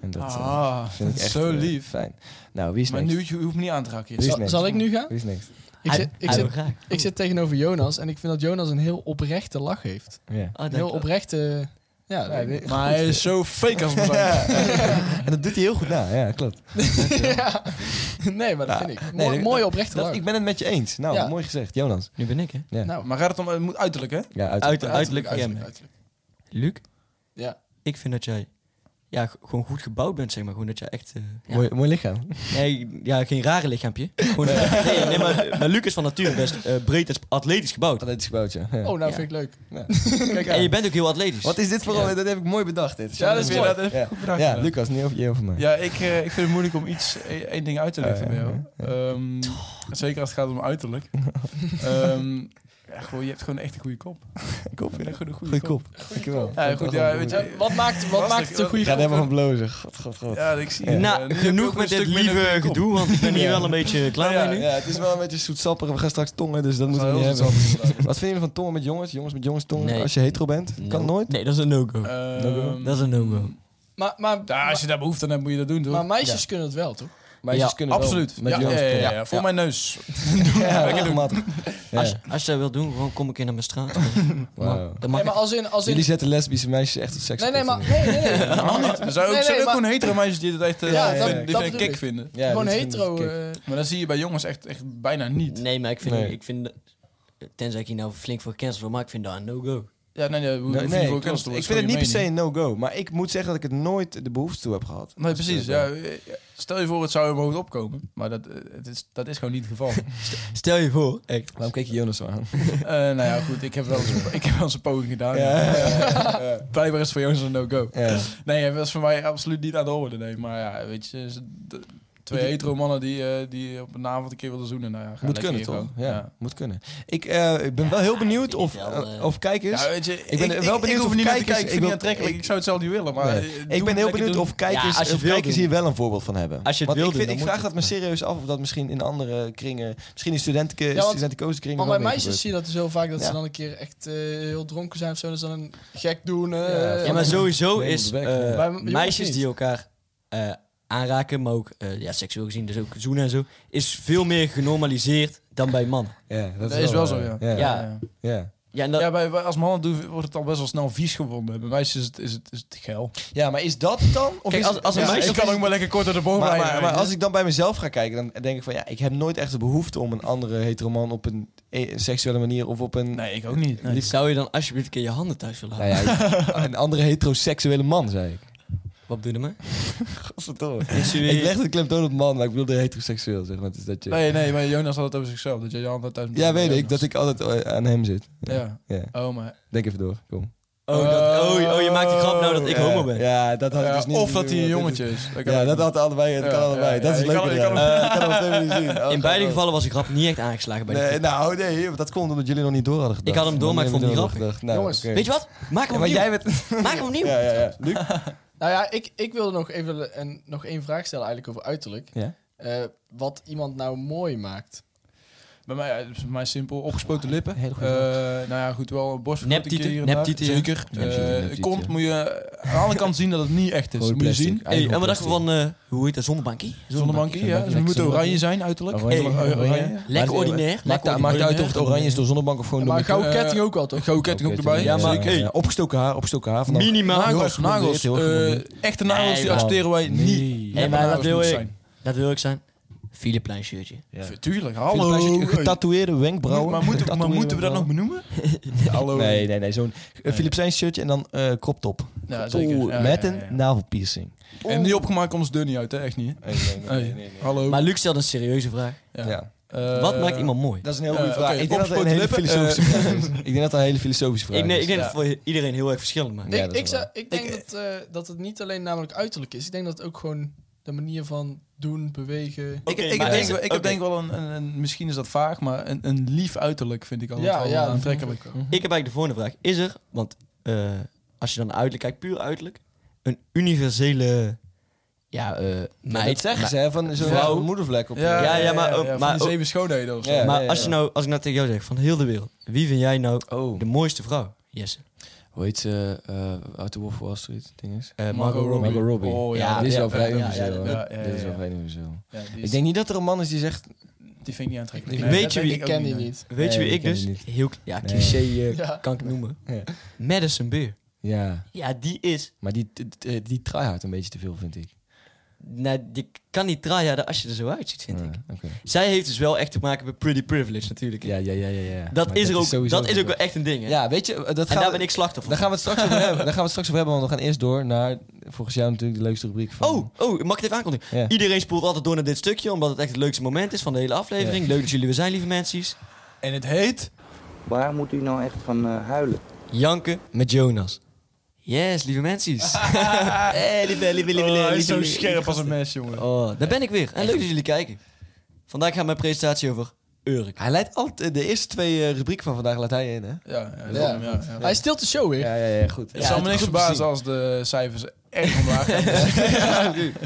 B: En dat eh,
D: Ah,
B: vind ik echt
D: zo
B: eh,
D: lief.
B: fijn. Nou, wie is
D: Maar
B: next?
D: nu, je hoeft me niet aan te raken.
B: Wie is
E: Zal,
B: next?
E: zal ik nu gaan?
B: Wie is next?
E: Ik
C: Hij-
E: zit, ik,
C: hij wil
E: zit,
C: graag.
E: ik zit tegenover Jonas en ik vind dat Jonas een heel oprechte lach heeft.
B: Ja.
C: Oh,
E: Een
C: dank
E: heel
C: je.
E: oprechte... Ja,
D: Ja,
E: dat-
D: maar hij is zo fake als een bank.
B: En dat doet hij heel goed na, ja, klopt.
E: Ja. Nee, maar dat
B: Ja.
E: vind ik.
B: Nee,
E: Mooi,
B: dat-
E: mooie oprechte
B: Dat,
E: lach.
B: ik ben het met je eens. Nou,
E: Ja.
B: mooi gezegd. Jonas.
C: Nu ben ik, hè?
E: Nou,
D: Maar gaat het om, het moet uiterlijk, hè?
B: Ja, uit.
C: Uit, uiterlijk
E: uiterlijk,
C: kenmerk.
E: uiterlijk.
C: Luc,
E: Ja.
C: ik vind dat jij ja, g- gewoon goed gebouwd bent, zeg maar. Gewoon dat jij echt... eh,
B: Mooi, mooi lichaam.
C: Nee, ja, geen rare lichaampje. Gewoon, eh, nee, nee, maar, maar Luc is van nature best eh, breed en sp- atletisch gebouwd.
B: Atletisch gebouwtje. Ja.
E: Oh, nou
C: Ja.
E: vind ik leuk.
B: Kijk
C: En je
B: aan.
C: bent ook heel atletisch.
B: Wat is dit voor
C: Ja.
B: een- Dat heb ik mooi bedacht. Dit.
D: Ja, dat is
B: Ja.
D: mooi. Dat heb ik
B: Ja.
D: goed bedacht,
B: Ja,
D: ja.
B: Lucas, niet over, je over mij.
D: Ja, ik, eh, ik vind het moeilijk om iets, e- één ding uit te
B: Ah,
D: leggen
B: ja,
D: bij jou. Ehm, zeker als het gaat om uiterlijk. Ehm, ja, gewoon, je hebt gewoon echt een goede kop.
B: Kop,
D: Een goede, goede
B: Goeie kop. Dankjewel.
D: Ja, goed, ja, weet je,
E: Eh, wat maakt, wat
D: Lastig,
E: maakt het
D: hoor.
E: een
B: Ik
E: goede
B: ga er
E: kop?
B: helemaal van blozen. God, god, god.
D: Ja, ik zie.
C: Nou, genoeg met dit lieve gedoe, want ik ben hier wel een beetje klaar
D: Ja,
C: mee nu.
B: Ja, het is wel een beetje zoetsappig. We gaan straks tongen, dus dat moeten we niet
D: heel
B: hebben.
D: veel zakken
B: Wat vinden jullie van tongen met jongens? Jongens met jongens tongen?
C: Nee.
B: Als je hetero bent? Kan
C: No-
B: nooit?
C: Nee, dat is een no-go.
D: Ehm,
C: dat is een no-go.
E: Maar, maar,
D: ja, als
E: maar,
D: je daar behoefte aan hebt, moet je dat doen, toch?
E: maar meisjes kunnen het wel, toch?
B: Meisjes
C: Ja,
B: kunnen wel
D: Absoluut.
B: Met
D: Ja, ja,
B: jongens
D: ja, ja,
B: tongen.
D: ja, voor mijn neus.
B: Ja, regelmatig. Ja.
C: Als, als je dat wilt doen, gewoon kom ik in naar mijn straat.
B: Wauw.
C: Dan mag
E: Nee,
C: ik-
E: maar als in... Als
B: Jullie
E: in
B: zetten lesbische meisjes echt op seks.
E: nee, nee, maar... Nee, nee, nee.
D: Er zijn ook,
E: Nee,
D: zijn
E: nee,
D: ook
E: maar-
D: gewoon hetero meisjes die dat echt eh,
E: Ja,
D: die
E: dat-
D: vinden- die
E: dat
D: vinden
E: bedoel
D: kick
E: ik.
D: vinden.
E: Gewoon hetero. eh,
D: Maar dat zie je bij jongens echt, echt bijna niet.
C: Nee, maar ik vind,
B: Nee.
C: ik vind... Tenzij ik hier nou flink voor cancel word, maar ik vind dat een no-go.
D: Ja, nee, nee, hoe-
B: Nee,
D: hoe
B: nee,
D: vind ik
B: klopt.
D: ook
B: ik vind het niet per se een no-go, maar ik moet zeggen dat ik het nooit de behoefte toe heb gehad.
D: Nee, precies. Ja, eh, stel je voor, het zou hem hoog opkomen. Maar dat, eh, het is, dat is gewoon niet het geval.
C: Stel je voor, echt.
B: Waarom keek je Jonas zo aan?
D: Eh, nou ja, goed. Ik heb wel eens, een- ik heb wel eens een poging gedaan.
B: Ja.
D: Eh, Blijkbaar is het voor jongens een no-go.
B: Ja.
D: Nee, dat was voor mij absoluut niet aan de orde. Nee. Maar ja, weet je... ze- de- twee hetero mannen die, eh, die op een avond een keer wilden zoenen. Nou, ja, ga
B: Moet
D: lekker
B: kunnen,
D: hier
B: toch?
D: gewoon.
B: Ja, moet kunnen. Ik, eh, ik ben wel heel benieuwd
C: vind
B: of,
C: ik wel,
B: eh,
C: eh,
B: of kijkers...
D: Ja, weet je,
B: ben
D: ik ben
B: wel
D: wel
B: benieuwd
D: benieuwd
B: of
D: of niet naar te
B: kijkers-
D: kijken. Ik
B: ik
D: vind het
B: wil-
D: niet aantrekkelijk.
B: ik-
D: Ik zou het zelf niet willen, maar...
B: Nee.
D: eh, doe
B: ik
D: het
B: ben heel
D: lekker
B: benieuwd
D: doen.
B: of kijkers,
C: Ja, als je
B: of
C: het wil
B: kijkers
C: doen.
B: hier wel een voorbeeld van hebben.
C: Als je het
B: Want
C: wil
B: ik, vind-
C: doen,
B: ik
C: dan
B: vraag
C: moet
B: dat me serieus af of dat misschien in andere kringen, misschien in studenten,
E: want-
B: studentenkozenkringen.
E: Maar bij
B: wel meer gebeurt.
E: meisjes zie je dat dus heel vaak dat
B: Ja.
E: ze dan een keer echt eh, heel dronken zijn of zo. Dat ze dan een gek doen. eh,
B: Ja,
C: Ja, maar sowieso
B: Nee,
C: is
B: op de bek,
C: eh,
B: ja.
E: Bij jongens
C: meisjes
E: niet.
C: die elkaar eh, aanraken, maar ook eh, ja, seksueel gezien, dus ook zoenen en zo, is veel meer genormaliseerd dan bij mannen.
B: Ja, dat,
D: Dat is wel zo, ja.
B: Ja,
C: Ja.
D: Ja.
B: ja.
C: Ja, en dat,
D: Ja, bij, bij- als mannen doen, wordt het al best wel snel vies gevonden. Bij meisjes is het, is het, is het geil.
B: Ja, maar is dat dan? Of
C: Kijk,
B: is-
C: als- als een
B: ja,
C: meisje-
B: ik-
D: ik kan ook maar lekker kort door de boom
B: Maar,
D: rijden,
B: maar,
D: weet
B: maar
D: je.
B: als ik dan bij mezelf ga kijken, dan denk ik van ja, ik heb nooit echt de behoefte om een andere hetero man op een e- seksuele manier of op een,
D: Nee, ik ook niet.
C: die zou je dan alsjeblieft een keer je handen thuis willen
B: nou
C: houden?
B: ja, ik- een andere heteroseksuele man, zei ik.
C: Wat bedoel je me?
B: Godverdomme. Ik
C: Insinueer-
B: leg de klemtoon op man, maar ik bedoelde heteroseksueel, zeg maar. Dus dat je...
D: Nee, nee, maar Jonas had het over zichzelf. Dat jij je hand thuis moet
B: Ja,
D: doen.
B: weet ik,
D: Jonas.
B: dat ik altijd eh, aan hem zit.
D: Ja.
B: Ja.
D: Oh, maar...
B: Denk even door, kom.
C: Oh, dat, oh, oh, je maakt de grap nou dat ik
B: Ja,
C: homo ben.
B: Ja, dat had ik
D: Ja,
B: dus niet
D: of dat
B: moeten
D: hij een
B: doen, want dit
D: jongetje is.
B: is- Ja, dat had allebei, het
D: Ja,
B: kan allebei.
D: ja,
B: dat is
D: ja, je
B: leuk.
D: kan- je
B: ja.
D: kan-
B: Eh, ik kan op twee manieren zien. Oh,
C: In beide
B: gewoon.
C: gevallen was die grap niet echt aangeslagen bij
B: Nee,
C: de
B: nou, nee, dat komt omdat jullie nog niet door hadden gedacht.
C: Ik had hem door, maar ik vond hem niet grappig.
B: gedacht. Nou,
E: Jongens,
B: oké.
C: Weet je wat? Maak hem
B: Ja, maar
C: opnieuw.
B: jij bent...
C: Maak hem opnieuw.
B: Ja, ja, ja. Luc?
E: Nou ja, ik, ik wilde nog even een, nog één vraag stellen eigenlijk over uiterlijk.
B: Ja.
E: Eh, wat iemand nou mooi maakt.
D: Bij mij, ja, het is bij mij simpel. Opgespoten lippen.
B: Hele goede
D: Eh, nou ja, goed, wel een borstvergroting
C: Neptieten,
D: hier en daar.
C: neptieten, ja.
D: Zeker.
B: Neptieten,
D: Eh,
B: neptieten,
D: Komt,
B: ja.
D: moet je aan alle kanten zien dat het niet echt is.
B: Gewoon
D: Moet je
B: plastic.
D: zien.
C: Hey, en wat dacht je van, eh, hoe heet dat, zonnebankie?
D: Zonder monkey, ja. Ze moeten oranje zijn, uiterlijk.
B: Oranje,
D: Eh,
B: oranje.
C: Lekker
B: Maar-
C: ordinair.
B: Maakt
C: lekker
B: het maakt
C: ordinair.
B: uit of het oranje is door zonnebank of gewoon
E: maar
B: door...
E: een gouden
D: eh,
E: ketting ook wel, toch?
D: Gouden ketting ook erbij.
C: Ja, maar-
B: eh,
C: hey.
B: Opgestoken haar, opgestoken haar. Vanaf-
C: Minimaal.
D: Nagels,
B: Heel erg
D: nagels.
B: gemondeerd, heel erg
D: eh, echte nagels,
C: Nee,
D: die
C: man.
D: accepteren wij niet.
C: Hey,
D: Neppe
C: maar dat
D: nagels
C: wil
D: moeten
C: ik.
D: zijn.
C: Dat wil ik zijn. Filipijn shirtje.
B: Ja.
D: Tuurlijk,
B: Hallo.
D: hallo.
B: Getatoeëerde wenkbrauwen.
D: Maar moeten, maar
B: Getatoeëerde
D: moeten we dat nog
B: wenkbrauwen.
D: benoemen? Hallo.
B: Nee, nee, nee. Zo'n eh, Philips Zijn shirtje en dan eh crop top.
D: Ja, zeker.
B: Oeh,
D: Ja,
B: met
D: ja,
B: een
D: ja, ja.
B: navelpiercing.
D: En niet opgemaakt komt ze deur niet uit, hè? Echt niet, hè? Hey, Hallo.
C: Maar Luc stelt een serieuze vraag.
D: Ja.
B: Oh, Ja.
D: Eh,
C: Wat maakt iemand mooi?
B: Dat is een heel
D: Eh,
B: goede vraag.
D: oké,
B: ik denk dat het een
D: opgespoten
B: hele
D: lippen,
B: filosofische vraag is. Ik denk dat het een hele filosofische vraag
C: Ik, nee, ik
B: is.
C: denk dat voor iedereen heel erg verschillend maakt.
B: Ja,
E: ik,
B: dat is
E: ik,
B: waar.
E: zou, ik denk dat, eh, dat het niet alleen namelijk uiterlijk is. Ik denk dat het ook gewoon de manier van doen, bewegen...
D: Ik,
C: Oké,
D: ik,
C: maar
D: denk,
C: is-
D: wel- ik
C: oké.
D: heb denk wel een, een, een- misschien is dat vaag, maar een, een lief uiterlijk vind ik altijd
E: Ja,
D: wel
E: ja, dat
D: aantrekkelijk.
E: vind ik
C: Ik heb eigenlijk de volgende vraag. Is er, want eh, als je dan naar uiterlijk kijkt, puur uiterlijk, een universele ja, eh
B: Maar
C: meid.
B: zeggen
C: maar,
B: ze, hè, van zo'n
C: Vrouw.
B: ja, moedervlek op.
C: ja, ja, maar ook-
D: van
C: maar
D: die
C: ook-
D: zeven schoonheden of zo.
B: Ja.
C: maar als, je nou, als ik nou tegen jou zeg, van heel de wereld, wie vind jij nou
B: Oh.
C: de mooiste vrouw, Jesse?
B: Hoe heet ze? eh Out the Wolf of Wall Street, ding is. Eh,
D: Margot Robbie.
B: Margot Robbie.
D: Oh,
B: ja,
D: ja.
B: dit is
C: Ja,
B: wel vrij
C: ja, ja,
B: universeel.
D: ja,
B: hoor.
D: ja, ja,
B: Dit is
D: ja.
B: wel vrij universeel.
D: Ja, die,
B: Ik
D: is-
B: denk niet dat er een man is die zegt...
D: die vind ik niet aantrekkelijk.
B: Weet
D: dat
C: je
D: denk
C: wie-
D: ook
E: ken die
D: hè.
E: niet.
C: Weet
B: Nee,
C: je wie
B: die
C: ik
B: ken
C: dus?
B: ik niet.
C: Heel, ja,
B: Nee.
C: cliché eh,
E: Ja.
C: kan ik noemen.
B: Ja.
C: Madison Beer.
B: Ja,
C: Ja, die is...
B: maar die, t- t- die tryhard een beetje te veel, vind ik.
C: Nou, die kan niet tryharden als je er zo uitziet, vind
B: Ja,
C: ik.
B: oké.
C: Zij heeft dus wel echt te maken met pretty privilege natuurlijk. hè.
B: Ja, ja, ja, ja. ja.
C: Dat,
B: Maar
C: is er ook,
B: sowieso
C: dat is
B: zo.
C: ook wel echt een ding, hè?
B: Ja, weet je, eh, dat
C: en
B: gaan
C: daar
B: we-
C: ben ik slachtoffer
B: Daar gaan we het straks over hebben. Daar gaan we het straks over hebben, want we gaan eerst door naar volgens jou natuurlijk de leukste rubriek van.
C: Oh, oh, mag ik het even aankondigen?
B: Ja.
C: Iedereen spoelt altijd door naar dit stukje, omdat het echt het leukste moment is van de hele aflevering. Leuk dat jullie weer zijn, lieve mensen.
D: En het heet...
F: Waar moet u nou echt van eh, huilen?
C: Janken met Jonas. Yes, lieve mensen. hey, lieve, lieve, lieve,
D: Oh, hij
C: lieve,
D: is zo
C: lieve, lieve
D: scherp als een
C: gasten.
D: mes, jongen.
C: Oh, daar ben ik weer. En leuk dat jullie kijken. Vandaag gaat mijn presentatie over Urk.
B: Hij leidt altijd de eerste twee eh, rubrieken van vandaag laat hij in, hè?
D: Ja, ja,
E: Ja.
D: ja, ja, ja.
E: Hij stilt de show weer.
B: Ja, ja, ja, goed.
D: Het zal me niks verbazen als de cijfers echt omlaag gaan. Eh,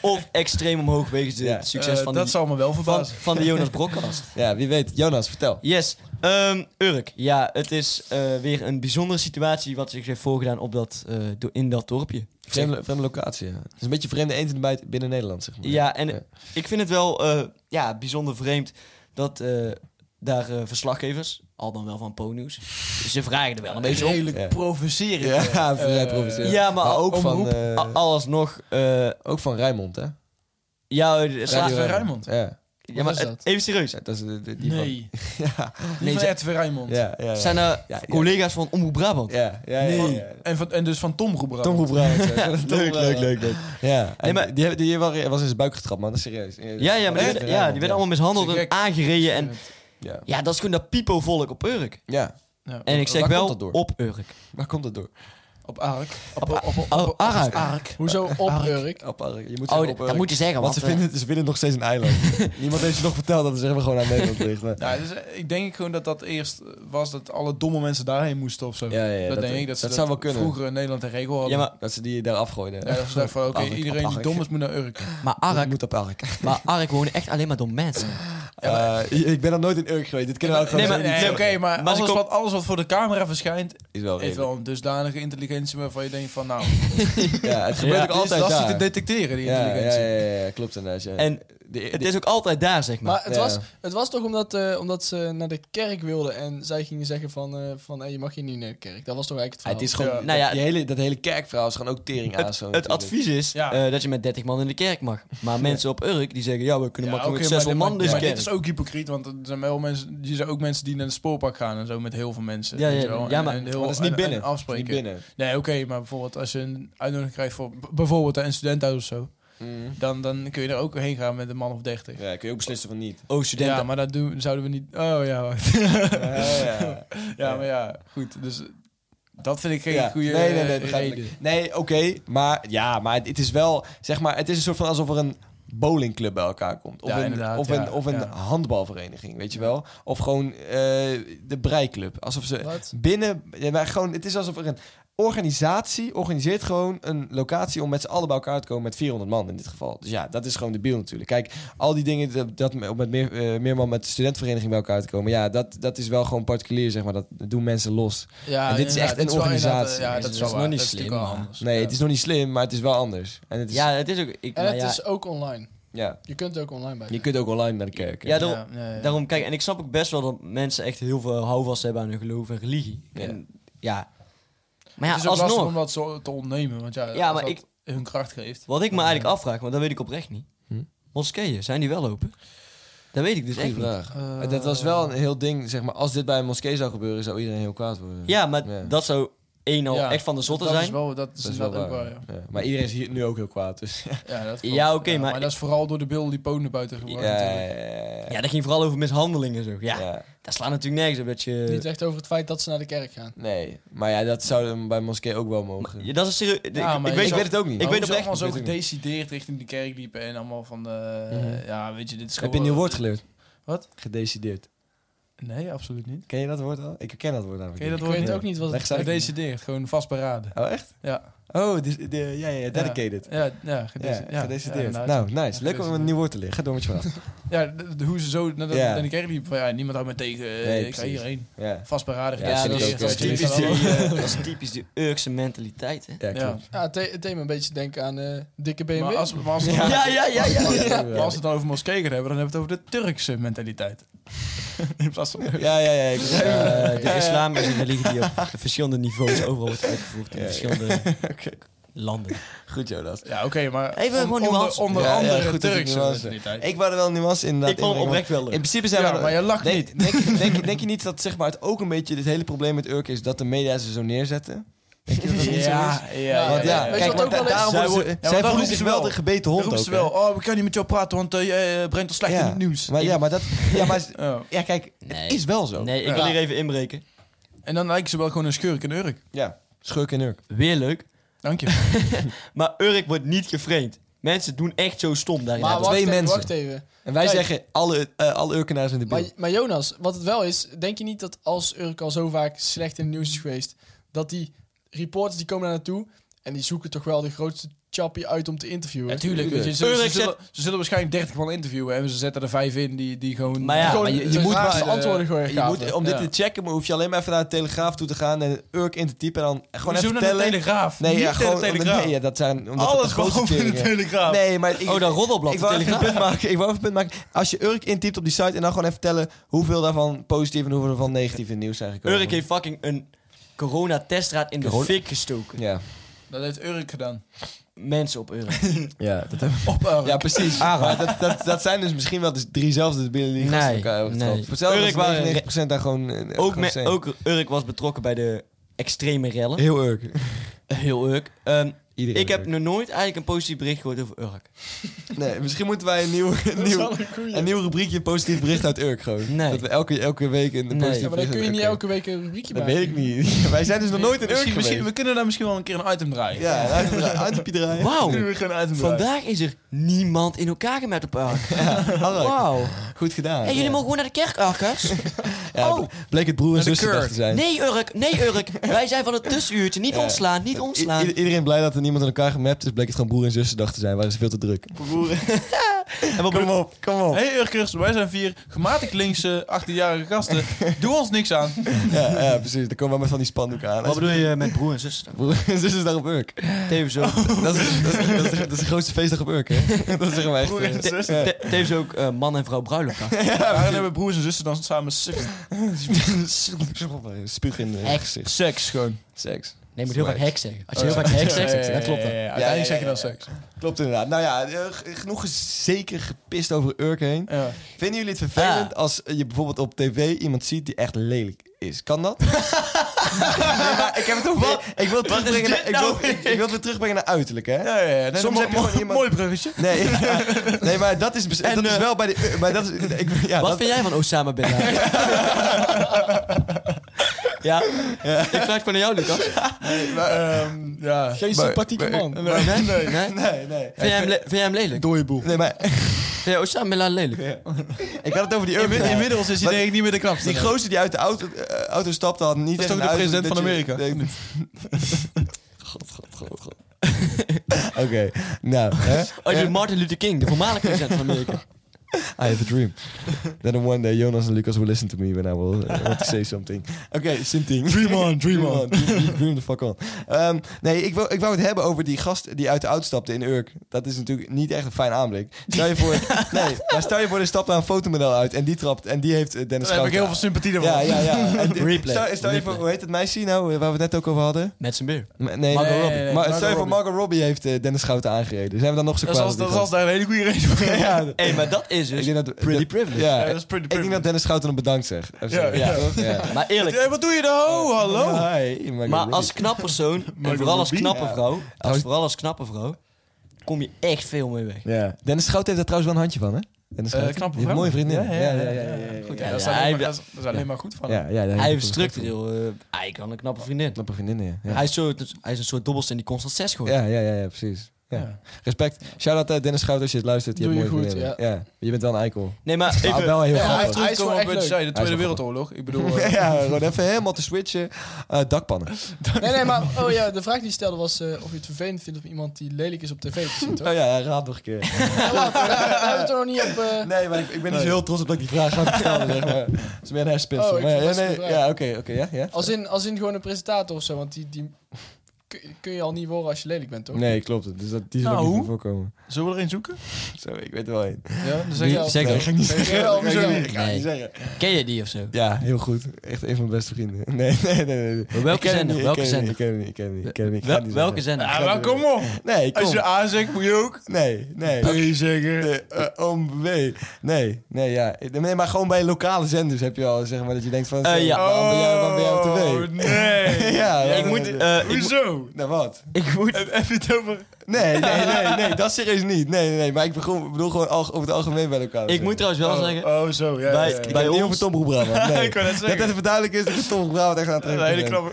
C: Of extreem omhoog wegens de-
B: Ja,
C: het succes
D: Eh,
C: van,
D: dat
C: die-
D: zal me wel
C: van,
D: verbazen.
C: van de Jonas Brokkast.
B: Ja, wie weet. Jonas, vertel.
C: Yes. Ehm, Urk. Ja, het is eh, weer een bijzondere situatie wat zich heeft voorgedaan op dat, eh, do- in dat dorpje. Ik zeg-
B: Vreemde, vreemde locatie, ja. Het is een beetje vreemde eend in de bijt binnen Nederland, zeg maar.
C: Ja, en
B: Ja.
C: ik vind het wel eh, ja, bijzonder vreemd dat eh, daar eh, verslaggevers, al dan wel van Ponews, ze vragen er wel een beetje om.
D: redelijk
B: Ja.
D: provoceren.
B: Ja, vrij
D: eh,
B: provincieel.
C: Ja, maar,
B: ook, van,
C: omroep,
B: eh,
C: a- alsnog. eh,
B: ook van Rijmond, hè?
C: ja, eh, sla-
D: Radio- Rijnmond.
B: Ja.
C: ja, maar
E: Wat is dat?
C: eh, even serieus.
B: Ja, dat is de, de- die van-
D: Nee,
C: Nee,
D: niet
C: ze-
D: van RTV Rijnmond.
B: Ja, ja, ja.
C: zijn er
B: ja.
C: collega's van Omroep Brabant?
B: Ja, ja, ja.
D: Van-
B: ja, ja.
D: En, van, en dus van Tom Roebrouw.
B: Tom Roep Rijmond, ja. Tom eh,
C: Leuk,
B: Roep Rijmond.
C: leuk,
B: Ja, en
C: Nee, maar-
B: die, hebben- die waren- was in zijn buik getrapt, man. Dat is serieus.
C: Ja, ja, maar die werden, ja, die werden allemaal mishandeld en
D: Gek.
C: aangereden. En
B: Ja.
C: ja, dat is gewoon dat pipo-volk op Urk.
B: ja.
D: Ja,
C: En ik zeg
B: waar
C: wel
B: komt dat door?
C: op Urk.
B: Waar komt dat door?
D: op Ark. Op,
C: Oh, Arak.
E: Hoezo op Urk?
B: Op, Ark. je moet
C: Oh,
B: zeggen op,
C: dat
B: Urk.
C: moet je zeggen,
B: Want
C: want
B: ze
C: eh,
B: vinden, ze vinden nog steeds een eiland. Niemand heeft je nog verteld dat het zeg maar gewoon aan Nederland ligt. maar-
D: Nou, dus, eh, ik denk gewoon dat dat eerst eh, was dat alle domme mensen daarheen moesten of zo.
B: Ja, ja,
D: dat,
B: dat-
D: denk ik. Dat, ze
B: dat zou wel kunnen.
D: Vroeger in Nederland een regel
C: Ja,
D: hadden.
C: maar,
B: Dat ze die daar afgooiden.
D: Ja, dat ze dachten van, oké,
B: Ark,
D: iedereen
B: op
D: die
B: Ark.
D: dom is moet naar Urk.
C: maar Arak,
B: moet op Ark.
C: maar Arak wonen echt alleen maar door mensen.
B: Eh, ik ben nog nooit in Urk geweest. Dit kunnen we ook gewoon
D: Nee, maar,
B: zo niet
D: nee,
B: zeggen.
D: oké, maar,
C: Maar ze
D: alles,
C: kom-
D: wat, alles wat voor de camera verschijnt,
B: Is wel
D: heeft
B: redelijk.
D: wel een dusdanige intelligentie waarvan je denkt van, nou,
B: Ja, het
D: ja,
B: gebeurt ook
D: die is
B: altijd
D: lastig
B: daar.
D: te detecteren, die
B: ja, ja,
D: intelligentie.
B: ja, ja, ja, klopt inderdaad. Ja.
C: En
B: de,
C: Het is ook altijd daar, zeg maar.
E: Maar het,
B: Ja.
E: was, het was toch omdat, eh, omdat ze naar de kerk wilden en zij gingen zeggen van, eh, van eh, je mag hier niet naar de kerk. Dat was toch eigenlijk
B: Ah,
E: het
B: het is
E: verhaal.
B: gewoon,
D: Ja.
C: Nou ja,
B: die hele, dat hele kerkverhaal is gewoon ook tering aan.
C: het, het advies is
D: Ja.
C: eh, dat je met 30 man in de kerk mag. Maar mensen op Urk die zeggen, ja, we kunnen
D: Ja,
C: makkelijk
D: oké,
C: met
D: maar
C: 600
D: dit-
C: man
D: maar
C: dus kerk.
D: dit is ook hypocriet, want er zijn wel mensen, je zijn ook mensen die naar de spoorpark gaan en zo met heel veel mensen.
C: Ja, ja,
D: weet je wel,
C: ja,
D: en-
C: maar-
D: en heel-
B: Maar dat is
D: en-
B: niet
D: en
B: binnen. Dat is
D: afspreken.
B: Niet binnen.
D: Nee, oké, maar bijvoorbeeld als je een uitnodiging krijgt voor b- bijvoorbeeld een studentenhuis of zo, dan, dan kun je er ook heen gaan met een man of 30.
B: Mm. Ja, kun je ook beslissen van niet.
C: Oh,
D: Ja,
C: studenten.
D: maar dat doen, zouden we niet. Oh ja, wacht.
B: ja.
D: ja, maar ja, goed. Dus eh, dat vind ik geen
B: Ja.
D: goede
B: nee, nee, nee,
D: eh,
B: begrijpelijk.
D: reden.
B: Nee, oké, maar ja, maar het, het is wel, zeg maar, het is een soort van alsof er een bowlingclub bij elkaar komt. Of
D: Ja,
B: een,
D: inderdaad,
B: of
D: ja,
B: een, of een
D: ja.
B: handbalvereniging, weet je wel. Of gewoon eh, de breiklub. Alsof ze
E: Wat?
B: binnen, ja, maar gewoon, het is alsof er een organisatie organiseert gewoon een locatie om met z'n allen bij elkaar te komen met 400 man in dit geval. Dus ja, dat is gewoon debiel natuurlijk. Kijk, al die dingen dat, dat me- om met meer, eh, meer man met de studentvereniging bij elkaar te komen, ja, dat, dat is wel gewoon particulier, zeg maar. Dat doen mensen los.
D: Ja,
B: En dit is
D: Ah, inderdaad,
B: echt een
D: het wel inderdaad, eh,
B: organisatie.
D: Ja,
C: Dus
D: dat
C: het
D: is wel
C: is
D: waar.
C: nog niet
D: Dat is natuurlijk
C: slim,
D: wel
C: maar-
D: anders.
B: Nee,
D: Ja.
B: het is nog niet slim, maar het is wel anders. En het is,
C: ja, het is ook... Ik,
E: En
C: nou
E: het
C: ja,
E: is ook online.
B: ja,
E: Je kunt ook online bij.
B: je kunt ook online naar de kerk. hè.
C: ja, daarom,
D: Ja, ja, ja.
C: daarom, kijk, en ik snap ook best wel dat mensen echt heel veel houvast hebben aan hun geloof en religie.
B: Ja.
C: En, ja. Maar
D: Het
C: ja,
D: is ook lastig om
C: alsnog,
D: dat zo te ontnemen, want ja,
C: Ja,
D: als
C: maar
D: dat
C: ik-
D: hun kracht geeft.
C: wat ik me eigenlijk afvraag, want dat weet ik oprecht niet.
B: Hm?
C: Moskeeën, zijn die wel open? Dat weet ik dus
B: Goeie
C: echt niet.
B: vraag. Eh, dat was wel een heel ding, zeg maar. Als dit bij een moskee zou gebeuren, zou iedereen heel kwaad worden.
C: Ja, maar
B: Ja.
C: dat zou één al
D: Ja,
C: echt van de zotte
D: dat
C: zijn.
D: Is wel, dat is
B: dat is wel
D: inderdaad
B: waar.
D: ook waar, ja.
B: Ja, Maar iedereen is hier nu ook heel kwaad, dus...
D: Ja, dat
C: Ja,
D: klopt.
C: oké, maar-
D: dat is vooral door de beelden die Poon naar buiten gebracht.
B: ja,
D: natuurlijk.
B: ja, ja,
C: Ja, dat ging vooral over mishandeling en zo. Ja,
B: Ja.
C: dat slaat natuurlijk nergens op dat je...
E: Niet echt over het feit dat ze naar de kerk gaan.
B: Nee, maar ja, dat zou bij moskee ook wel mogen.
C: Ja, dat is serieus.
D: Ja,
C: ik
D: maar
C: weet,
D: je
C: ik
D: zou-
C: weet het ook niet.
D: Ik
C: Ik weet
D: weet
C: oprecht
D: allemaal zo
B: Nou, ik weet het niet. Mhm.
D: gedecideerd richting de kerk liepen en allemaal van de... Ja, weet je, dit is
B: Heb
D: gewoon...
B: je een nieuw woord geleerd?
D: Wat?
B: Gedecideerd.
D: Nee, absoluut niet.
B: Ken je dat woord al? Ik ken dat woord namelijk.
D: Ken je
B: niet.
D: dat woord
E: Ik weet
D: niet?
E: ook niet wat
B: Leg
E: het
B: ze uit.
D: Gedecideerd, gewoon vastberaden.
B: Oh, echt?
D: Ja.
B: Oh, dus de, ja, ja, ja, dedicated. Ja.
D: Ja, ja, gedeci- ja,
B: gedecideerd.
D: ja, inderdaad.
B: nou, nice. Leuk om een nieuw woord te leren. Ga door met je verhaal.
D: Ja, de, de- hoe ze zo naar de,
B: Ja.
D: naar de kerk liep. Van, ja, niemand houdt me tegen. eh,
B: Nee,
D: ik ga
B: precies.
D: hierheen.
B: Ja,
D: Vastberaden.
B: Ja,
C: Ja,
B: vind
C: dat,
B: ik
C: is,
B: ook,
C: dat is
B: eh,
C: typisch die,
B: typisch.
C: eh, dat is typisch die Urkse mentaliteit, hè?
B: ja,
D: Ja.
B: klopt.
E: Ja, het, de- het deed me een beetje denken aan eh, dikke BMW.
D: Maar als, maar als we
C: Ja, ja, ja, ja.
B: Ja,
D: Maar als we het dan over moskee gaan hebben, dan hebben we het over de Turkse mentaliteit. In plaats van...
B: ja, ja. ja, ik-
C: Eh, de islam is een religie die op verschillende niveaus overal wordt uitgevoerd in
B: Ja, ja.
C: verschillende landen.
B: Goed, Jonas.
D: Ja, oké, maar...
C: Even
D: on-
C: gewoon
D: onder,
C: nuance.
D: onder
B: Ja, ja,
D: andere
B: goed dat je
D: Turkse
B: nuance-
D: mentaliteit.
B: Ik wou er wel nuance in.
C: Ik vond hem oprecht wel leuk.
B: In principe zijn
D: ja,
B: we...
D: maar je lacht niet.
B: Denk, denk, denk, denk je niet dat zeg maar, het ook een beetje dit hele probleem met Urk is dat de media ze zo neerzetten? Denk je dat dat niet zo is?
E: ja,
B: Want ja,
E: Weet je
B: kijk, want
E: wat ook
B: da-
E: wel is?
B: daarom
D: Zij
B: worden ze-
D: worden- ja,
B: zij
D: want dan
B: voelen
D: roepen
B: zich
D: ze
B: wel
D: wel-
B: de gebeten
D: Dan
B: hond
D: roepen
B: ook.
D: ze
B: hè?
D: wel, oh, we kunnen niet met jou praten, want eh, jij eh, brengt ons slecht
B: Ja.
D: in het nieuws.
B: Maar, ja, maar dat... Ja, maar,
D: Ja.
B: ja, kijk,
C: Nee.
B: het is wel zo.
C: Nee, ik wil hier even inbreken.
D: En dan lijken ze wel gewoon een schurk en Urk.
B: Ja, schurk en Urk.
C: Weer leuk.
D: Dank je.
C: Maar Urk wordt niet geframed. Mensen doen echt zo stom daarin.
E: Maar
B: Ja,
E: wacht,
B: twee
E: even,
B: mensen.
E: wacht even.
B: En wij
E: Kijk.
B: zeggen alle, eh, alle Urkenaars in de
E: Maar,
B: buurt.
E: maar Jonas, wat het wel is, denk je niet dat als Urk al zo vaak slecht in het nieuws is geweest, dat die reporters die komen daar naartoe en die zoeken toch wel de grootste chappie uit om te interviewen?
D: Natuurlijk.
B: weet je,
D: ze,
C: Urk
D: ze
C: zet-
D: zullen, ze zullen waarschijnlijk 30 man interviewen en ze zetten er vijf in die, die gewoon...
C: Maar ja,
E: Gewoon
C: maar je-
E: de
B: je moet
E: raarste
B: maar, eh,
E: antwoorden gooien.
B: Je moet, om dit
D: Ja.
B: te checken maar hoef je alleen maar even naar de Telegraaf toe te gaan en Urk in te typen en dan gewoon
D: Hoezo
B: even
D: naar de
B: tellen.
D: Telegraaf?
B: Nee,
D: Niet
B: ja,
D: naar de
B: gewoon,
D: Telegraaf.
B: nee, ja, dat zijn omdat
D: Alles
B: dat de grote
D: behalve de
B: teringen-
D: Telegraaf.
B: Nee, maar ik,
C: Oh, dat roddelblad,
B: ik
C: de
B: wou even een
C: Telegraaf.
B: punt maken. Ik wou even een punt maken. Als je Urk intypt op die site en dan gewoon even tellen hoeveel daarvan positief en hoeveel daarvan negatief in het nieuws zijn gekomen.
C: Urk heeft fucking een coronateststraat in de
B: Corona-
C: fik gestoken.
B: Ja,
D: Dat heeft Urk gedaan.
C: Mensen op Urk.
B: ja, dat Ah,
D: Op Urk.
B: ja precies. Maar dat, dat, dat zijn dus misschien wel de drie zelfde debielen die gasten
C: Nee,
B: elkaar hebben
C: nee.
B: getroffen. Voor hetzelfde
C: Urk
B: was 99%
C: waren-
B: daar gewoon... eh,
C: ook,
B: gewoon
C: me-
B: zijn.
C: ook Urk was betrokken bij de extreme rellen.
B: Heel Urk.
C: Heel Urk. Ehm,
B: Iedereen
C: ik heb
B: Urk.
C: nog nooit eigenlijk een positief bericht gehoord over Urk.
B: Nee, misschien moeten wij een nieuw, een nieuw, een nieuw rubriekje positief bericht uit Urk gewoon.
C: Nee.
B: Dat we elke, elke week een
C: Nee.
B: positief bericht
E: Ja, maar dan kun je
B: uit
E: niet
B: Urk
E: elke week een rubriekje
B: Dat
E: maken.
B: weet ik niet. wij zijn dus nog nooit in Urk
D: Misschien- misschien-
B: geweest.
D: We kunnen daar misschien wel een keer een item draaien.
B: Ja, uit het uit het draaien.
C: Wauw.
D: Kunnen we gewoon een item draaien.
C: Vandaag is er niemand in elkaar gemaakt op Urk.
B: Harry,
C: Wauw.
B: Goed gedaan.
C: Hey, jullie mogen gewoon naar de kerk, Urkers.
B: Ja,
C: Oh.
B: Bleek het broer en
D: Naar de
B: zusdag
D: kerk.
B: te zijn.
C: Nee, Urk. Nee, Urk. Wij zijn van het tussenuurtje. Niet
B: Ja.
C: ontslaan, niet
B: I-
C: ontslaan.
B: i- iedereen blij dat er niemand aan elkaar gemapt is. Bleek het gewoon broer en zusdag te zijn. Waren ze veel te druk.
C: En wat
B: Kom op, kom op.
D: Hey Urkers, wij zijn vier gematigd linkse 18-jarige gasten. Doe ons niks aan.
B: Ja, ja, precies. Dan komen we met van die spandoeken aan.
C: bedoel je met broer en zus?
B: Broer en zusdag op Urk.
C: Tevens ook,
B: Dat is, dat, is, dat, is, dat is de grootste feestdag op Urk, hè? Dat zeggen wij echt.
D: Broer en
B: eh,
D: zus.
B: ja.
C: te- tevens ook eh, man en vrouw bruiloft.
D: Daarin hebben broers en zussen dan samen seks.
B: Spuug in het
C: Echt.
B: gezicht.
D: Seks gewoon.
B: Seks.
C: Nee, je moet heel vaak hek zeggen. Als je
B: Oh,
C: heel vaak hek zegt, dat klopt dan.
D: Uiteindelijk
B: Ja, ja, ja,
D: zeg je dan
B: ja.
D: seks.
B: Klopt inderdaad. Nou ja, eh, g- genoeg is zeker gepist over Urk heen.
D: Ja.
B: Vinden jullie het vervelend
C: Ah.
B: als je bijvoorbeeld op tv iemand ziet die echt lelijk is? Kan dat? nee, maar ik heb het over... Ik, wil het terugbrengen naar, ik, wil, ik wil het nou weer terugbrengen naar uiterlijk, hè?
D: Ja, ja, ja.
B: Soms
D: Soms
B: heb je gewoon iemand-
D: Mooi bruggetje.
B: Nee, nee, maar dat is, bes- dat is wel bij de... Maar dat is, ik, ja,
C: Wat
B: dat,
C: vind jij van Osama Bin Laden? ja. ik vraag het gewoon aan jou, Lucas.
D: Ehm, ja.
E: Geen
B: Maar-
E: sympathieke man.
C: Nee? Nee?
B: Nee, nee.
C: Vind, jij hem le- vind jij hem lelijk?
E: Dooie boel.
B: Nee, maar
C: Vind jij Osama Bin Laden lelijk?
B: ik had het over die Urk.
D: Inmi- Inmiddels is hij
B: Maar-
D: denk ik niet meer de knapste.
B: Die gozer die uit de auto, eh, auto stapte had niet
D: Dat is
B: echt
D: toch de
B: een
D: president van
B: uiterlijk dat
D: Amerika?
B: je denkt- God, god, god, god. Oké, nou, hè?
C: Oh, die Martin Luther King, de voormalige president van Amerika.
B: I have a dream. That on one day Jonas and Lucas will listen to me when I will uh, want to say something. Oké, Sinting. Dream on, dream on. Dream, dream the fuck on. Ehm, nee, ik wou, ik wou het hebben over die gast die uit de auto stapte in Urk. Dat is natuurlijk niet echt een fijn aanblik. Stel je voor, nee, maar stel je voor, er stapt daar een fotomodel uit en die trapt en die heeft eh, Dennis
D: Daar heb ik
B: Schouten
D: heel veel sympathie ervoor.
B: Ja, ja, ja. En dit-
C: Replay.
B: Stel, stel je voor, hoe heet het meisje nou, eh, waar we het net ook over hadden?
C: Met zijn beer.
B: M- Nee,
D: Margot
B: nee,
D: Robbie.
B: nee, nee, Maar
D: Margot
B: stel je voor,
D: Robbie.
B: Margot Robbie heeft eh, Dennis Schouten aangereden. Zijn we dan nog zo
D: Dat is
B: kwaad? op
D: als, dat is
B: die
D: als daar een hele goede reden voor.
B: gast?
D: Ja,
B: Ja, d-
C: Hé, maar dat is dus
B: ik denk dat,
C: pretty
B: dat-
C: privilege.
B: Ja,
D: dat is pretty
B: ik denk dat Dennis Schouten hem bedankt zegt. Of zo.
D: Ja, ja.
B: toch? ja.
C: Maar eerlijk,
D: Hey, wat doe je nou? Hallo?
B: Hi, Margot
C: maar
B: Robbie.
C: als knap persoon, en vooral als knappe vrouw, als
B: Trouwens-
C: vooral als knappe vrouw, kom je echt veel mee weg.
B: Ja. Dennis Schouten heeft daar trouwens wel een handje van, hè? Dennis
D: Eh,
B: Schouten.
D: knappe
B: Die heeft mooie
D: vrouw.
B: vriendin.
D: Ja, ja, ja, ja, Goed, ja,
C: Ja,
D: dat is
C: ja,
D: alleen
C: hij-
D: maar- dat is- dat is alleen maar goed van hem.
B: Ja, ja, daar
C: Hij
B: heeft
C: heeft structureel, eh, hij dus kan een knappe vriendin.
B: Knappe vriendinnen, ja.
C: Hij, is zo, hij is een soort dobbelsteen die constant zes gooit.
B: Ja, ja, ja, ja, precies. Ja.
D: Ja.
B: Respect. Shout-out eh, Dennis Schout als je het luistert. Je
E: Doe
B: hebt
E: je
B: mooie
E: goed,
B: vriendinnen. ja. Je bent wel een eikel.
C: Nee, maar
B: Maar
C: even...
B: wel heel
D: Ja, hij
B: grappig.
D: heeft
E: Hij is
D: terugkomen
E: gewoon
D: op
E: echt
D: het
E: leuk.
D: zei, de
B: Hij is
D: Tweede
B: wel
D: Wereldoorlog. Ik bedoel, eh,
B: Ja, gewoon even helemaal te switchen. Eh, dakpannen.
E: Nee, nee, maar oh ja, de vraag die je stelde was eh, of je het vervelend vindt om iemand die lelijk is op tv te zien, toch?
B: Oh ja, raad nog een keer.
E: Ja, later. Daar hebben we het er nog niet op... eh,
B: Nee, maar ik, ik ben niet zo heel trots op dat ik die vraag had gesteld. zeg maar. Het is meer een herspinsel.
E: Oh, ik
B: Maar ja,
E: vond het
B: nee,
E: een goede
B: ja,
E: vraag.
B: oké, oké, ja, ja.
E: Als in, als in gewoon een presentator of zo, want die, die kun- kun je al niet worden als je lelijk bent, toch?
B: Nee, klopt. het. Dus dat, die zullen
D: Nou,
B: ook niet
D: hoe?
B: voor voorkomen.
D: zullen we er een zoeken?
B: Zo, ik weet er wel één.
D: Ja, dan zeg
C: Die-
D: je al-
C: zeg
B: Nee,
C: dat.
B: ga ik niet
E: Kun je
B: zeggen.
E: wel-
C: zo.
B: Nee, ga ik
C: Nee.
B: niet zeggen.
C: Ken je die of zo?
B: Ja, heel goed. Echt een van mijn beste vrienden. Nee, nee, nee. nee.
C: Maar welke
B: Ik ken hem
C: zender?
B: niet,
C: Welke
B: Ik ken hem niet, ik ken hem niet, ik ken hem niet. Ik ken hem niet. Ik ga
C: Wel-
B: het niet
C: welke
B: zeggen.
C: zender?
D: Ja, maar kom op.
B: Nee, ik
D: Als
B: kom.
D: je A zegt, moet je ook
B: Nee, nee.
D: B zeggen.
B: Nee, eh, om W. Nee, nee, ja. Nee, maar gewoon bij lokale zenders heb je al, zeg maar, dat je denkt van...
C: Eh,
B: zo,
C: ja.
B: waarom ben jij, waarom ben jij op tv?
D: Oh, nee.
B: Ja,
C: Ja,
B: ja,
C: ik
B: nee,
C: moet...
B: nee.
C: eh, ik, moet-
D: Hoezo?
B: Nou, wat?
C: ik moet...
D: Heb heb je het over...
B: Nee, nee, nee, nee, dat serieus niet. Nee, nee, nee, maar ik begon- bedoel gewoon al, over het algemeen bij lokale
C: Ik moet trouwens wel
D: Oh,
C: zeggen...
D: oh, zo. Ja,
C: Bij-
D: ja, ja.
B: Ik
C: bij
B: heb niet
C: ons-
B: over Tom Broekbrouwer. Nee.
D: Ik wou net
B: Dat
D: zeggen.
B: het even duidelijk is dat ik Tom Broekbrouwer echt aan het
D: Een
B: trekken
D: hele
B: ben.
D: knappe...